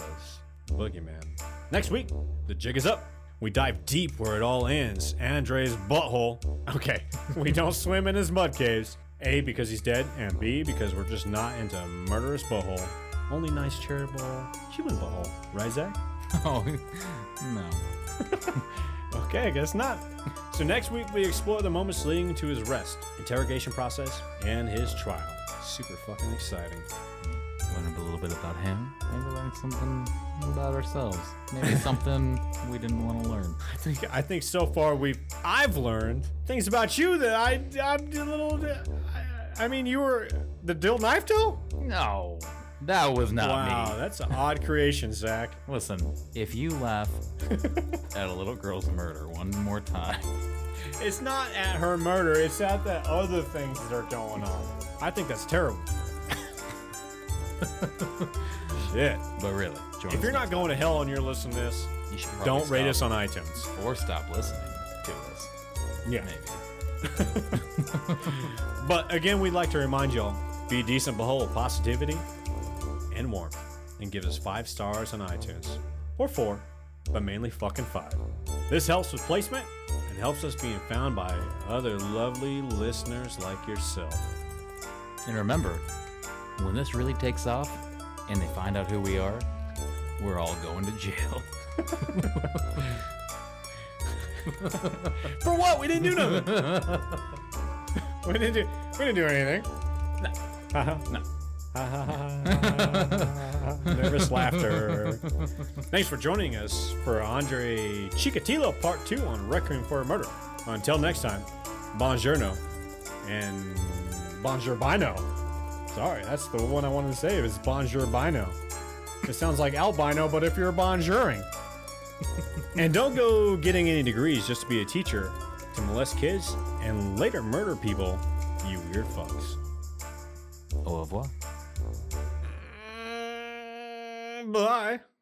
[SPEAKER 4] boogeyman. Next week, the jig is up. We dive deep where it all ends. Andre's butthole. Okay, [laughs] we don't swim in his mud caves. A, because he's dead, and B, because we're just not into murderous butthole. Only nice, charitable human butthole. Right, Zach?
[SPEAKER 2] Oh no.
[SPEAKER 4] Okay, I guess not. [laughs] So next week, we explore the moments leading to his arrest, interrogation process, and his trial. Super fucking exciting.
[SPEAKER 2] Learned a little bit about him. Maybe learned something about ourselves. [laughs] Maybe something we didn't want to learn.
[SPEAKER 4] I think I think so far we have I've learned things about you that I I'm a little. I, I mean, you were the dill knife toe.
[SPEAKER 2] [laughs] No. That was not
[SPEAKER 4] wow,
[SPEAKER 2] me.
[SPEAKER 4] that's an odd creation, Zach.
[SPEAKER 2] Listen, if you laugh [laughs] at a little girl's murder one more time, [laughs]
[SPEAKER 4] It's not at her murder. It's at the other things that are going on. I think that's terrible. [laughs] Shit.
[SPEAKER 2] but really, join
[SPEAKER 4] If
[SPEAKER 2] us
[SPEAKER 4] you're not
[SPEAKER 2] next
[SPEAKER 4] going to hell and you're listening to this,
[SPEAKER 2] time. you should probably
[SPEAKER 4] don't rate us
[SPEAKER 2] stop
[SPEAKER 4] on iTunes.
[SPEAKER 2] or stop listening to us.
[SPEAKER 4] Yeah.
[SPEAKER 2] Maybe.
[SPEAKER 4] But again, we'd like to remind y'all be decent, behold positivity and warmth, and give us five stars on iTunes. Or four, but mainly fucking five. This helps with placement and helps us being found by other lovely listeners like yourself.
[SPEAKER 2] And remember, when this really takes off and they find out who we are, we're all going to jail. [laughs]
[SPEAKER 4] For what? We didn't do nothing. we didn't do we didn't do anything.
[SPEAKER 2] No.
[SPEAKER 4] [laughs] Nervous laughter. Thanks for joining us for Andre Chikatilo Part 2 on Requiem for a Murder. Until next time, buongiorno and bonjour-bino. Sorry, that's the one I wanted to say. It was bonjour-bino. It sounds like albino, but if you're bonjouring. [laughs] and don't go getting any degrees just to be a teacher, to molest kids, and later murder people, you weird fucks.
[SPEAKER 2] Au revoir.
[SPEAKER 4] Mm, Bye.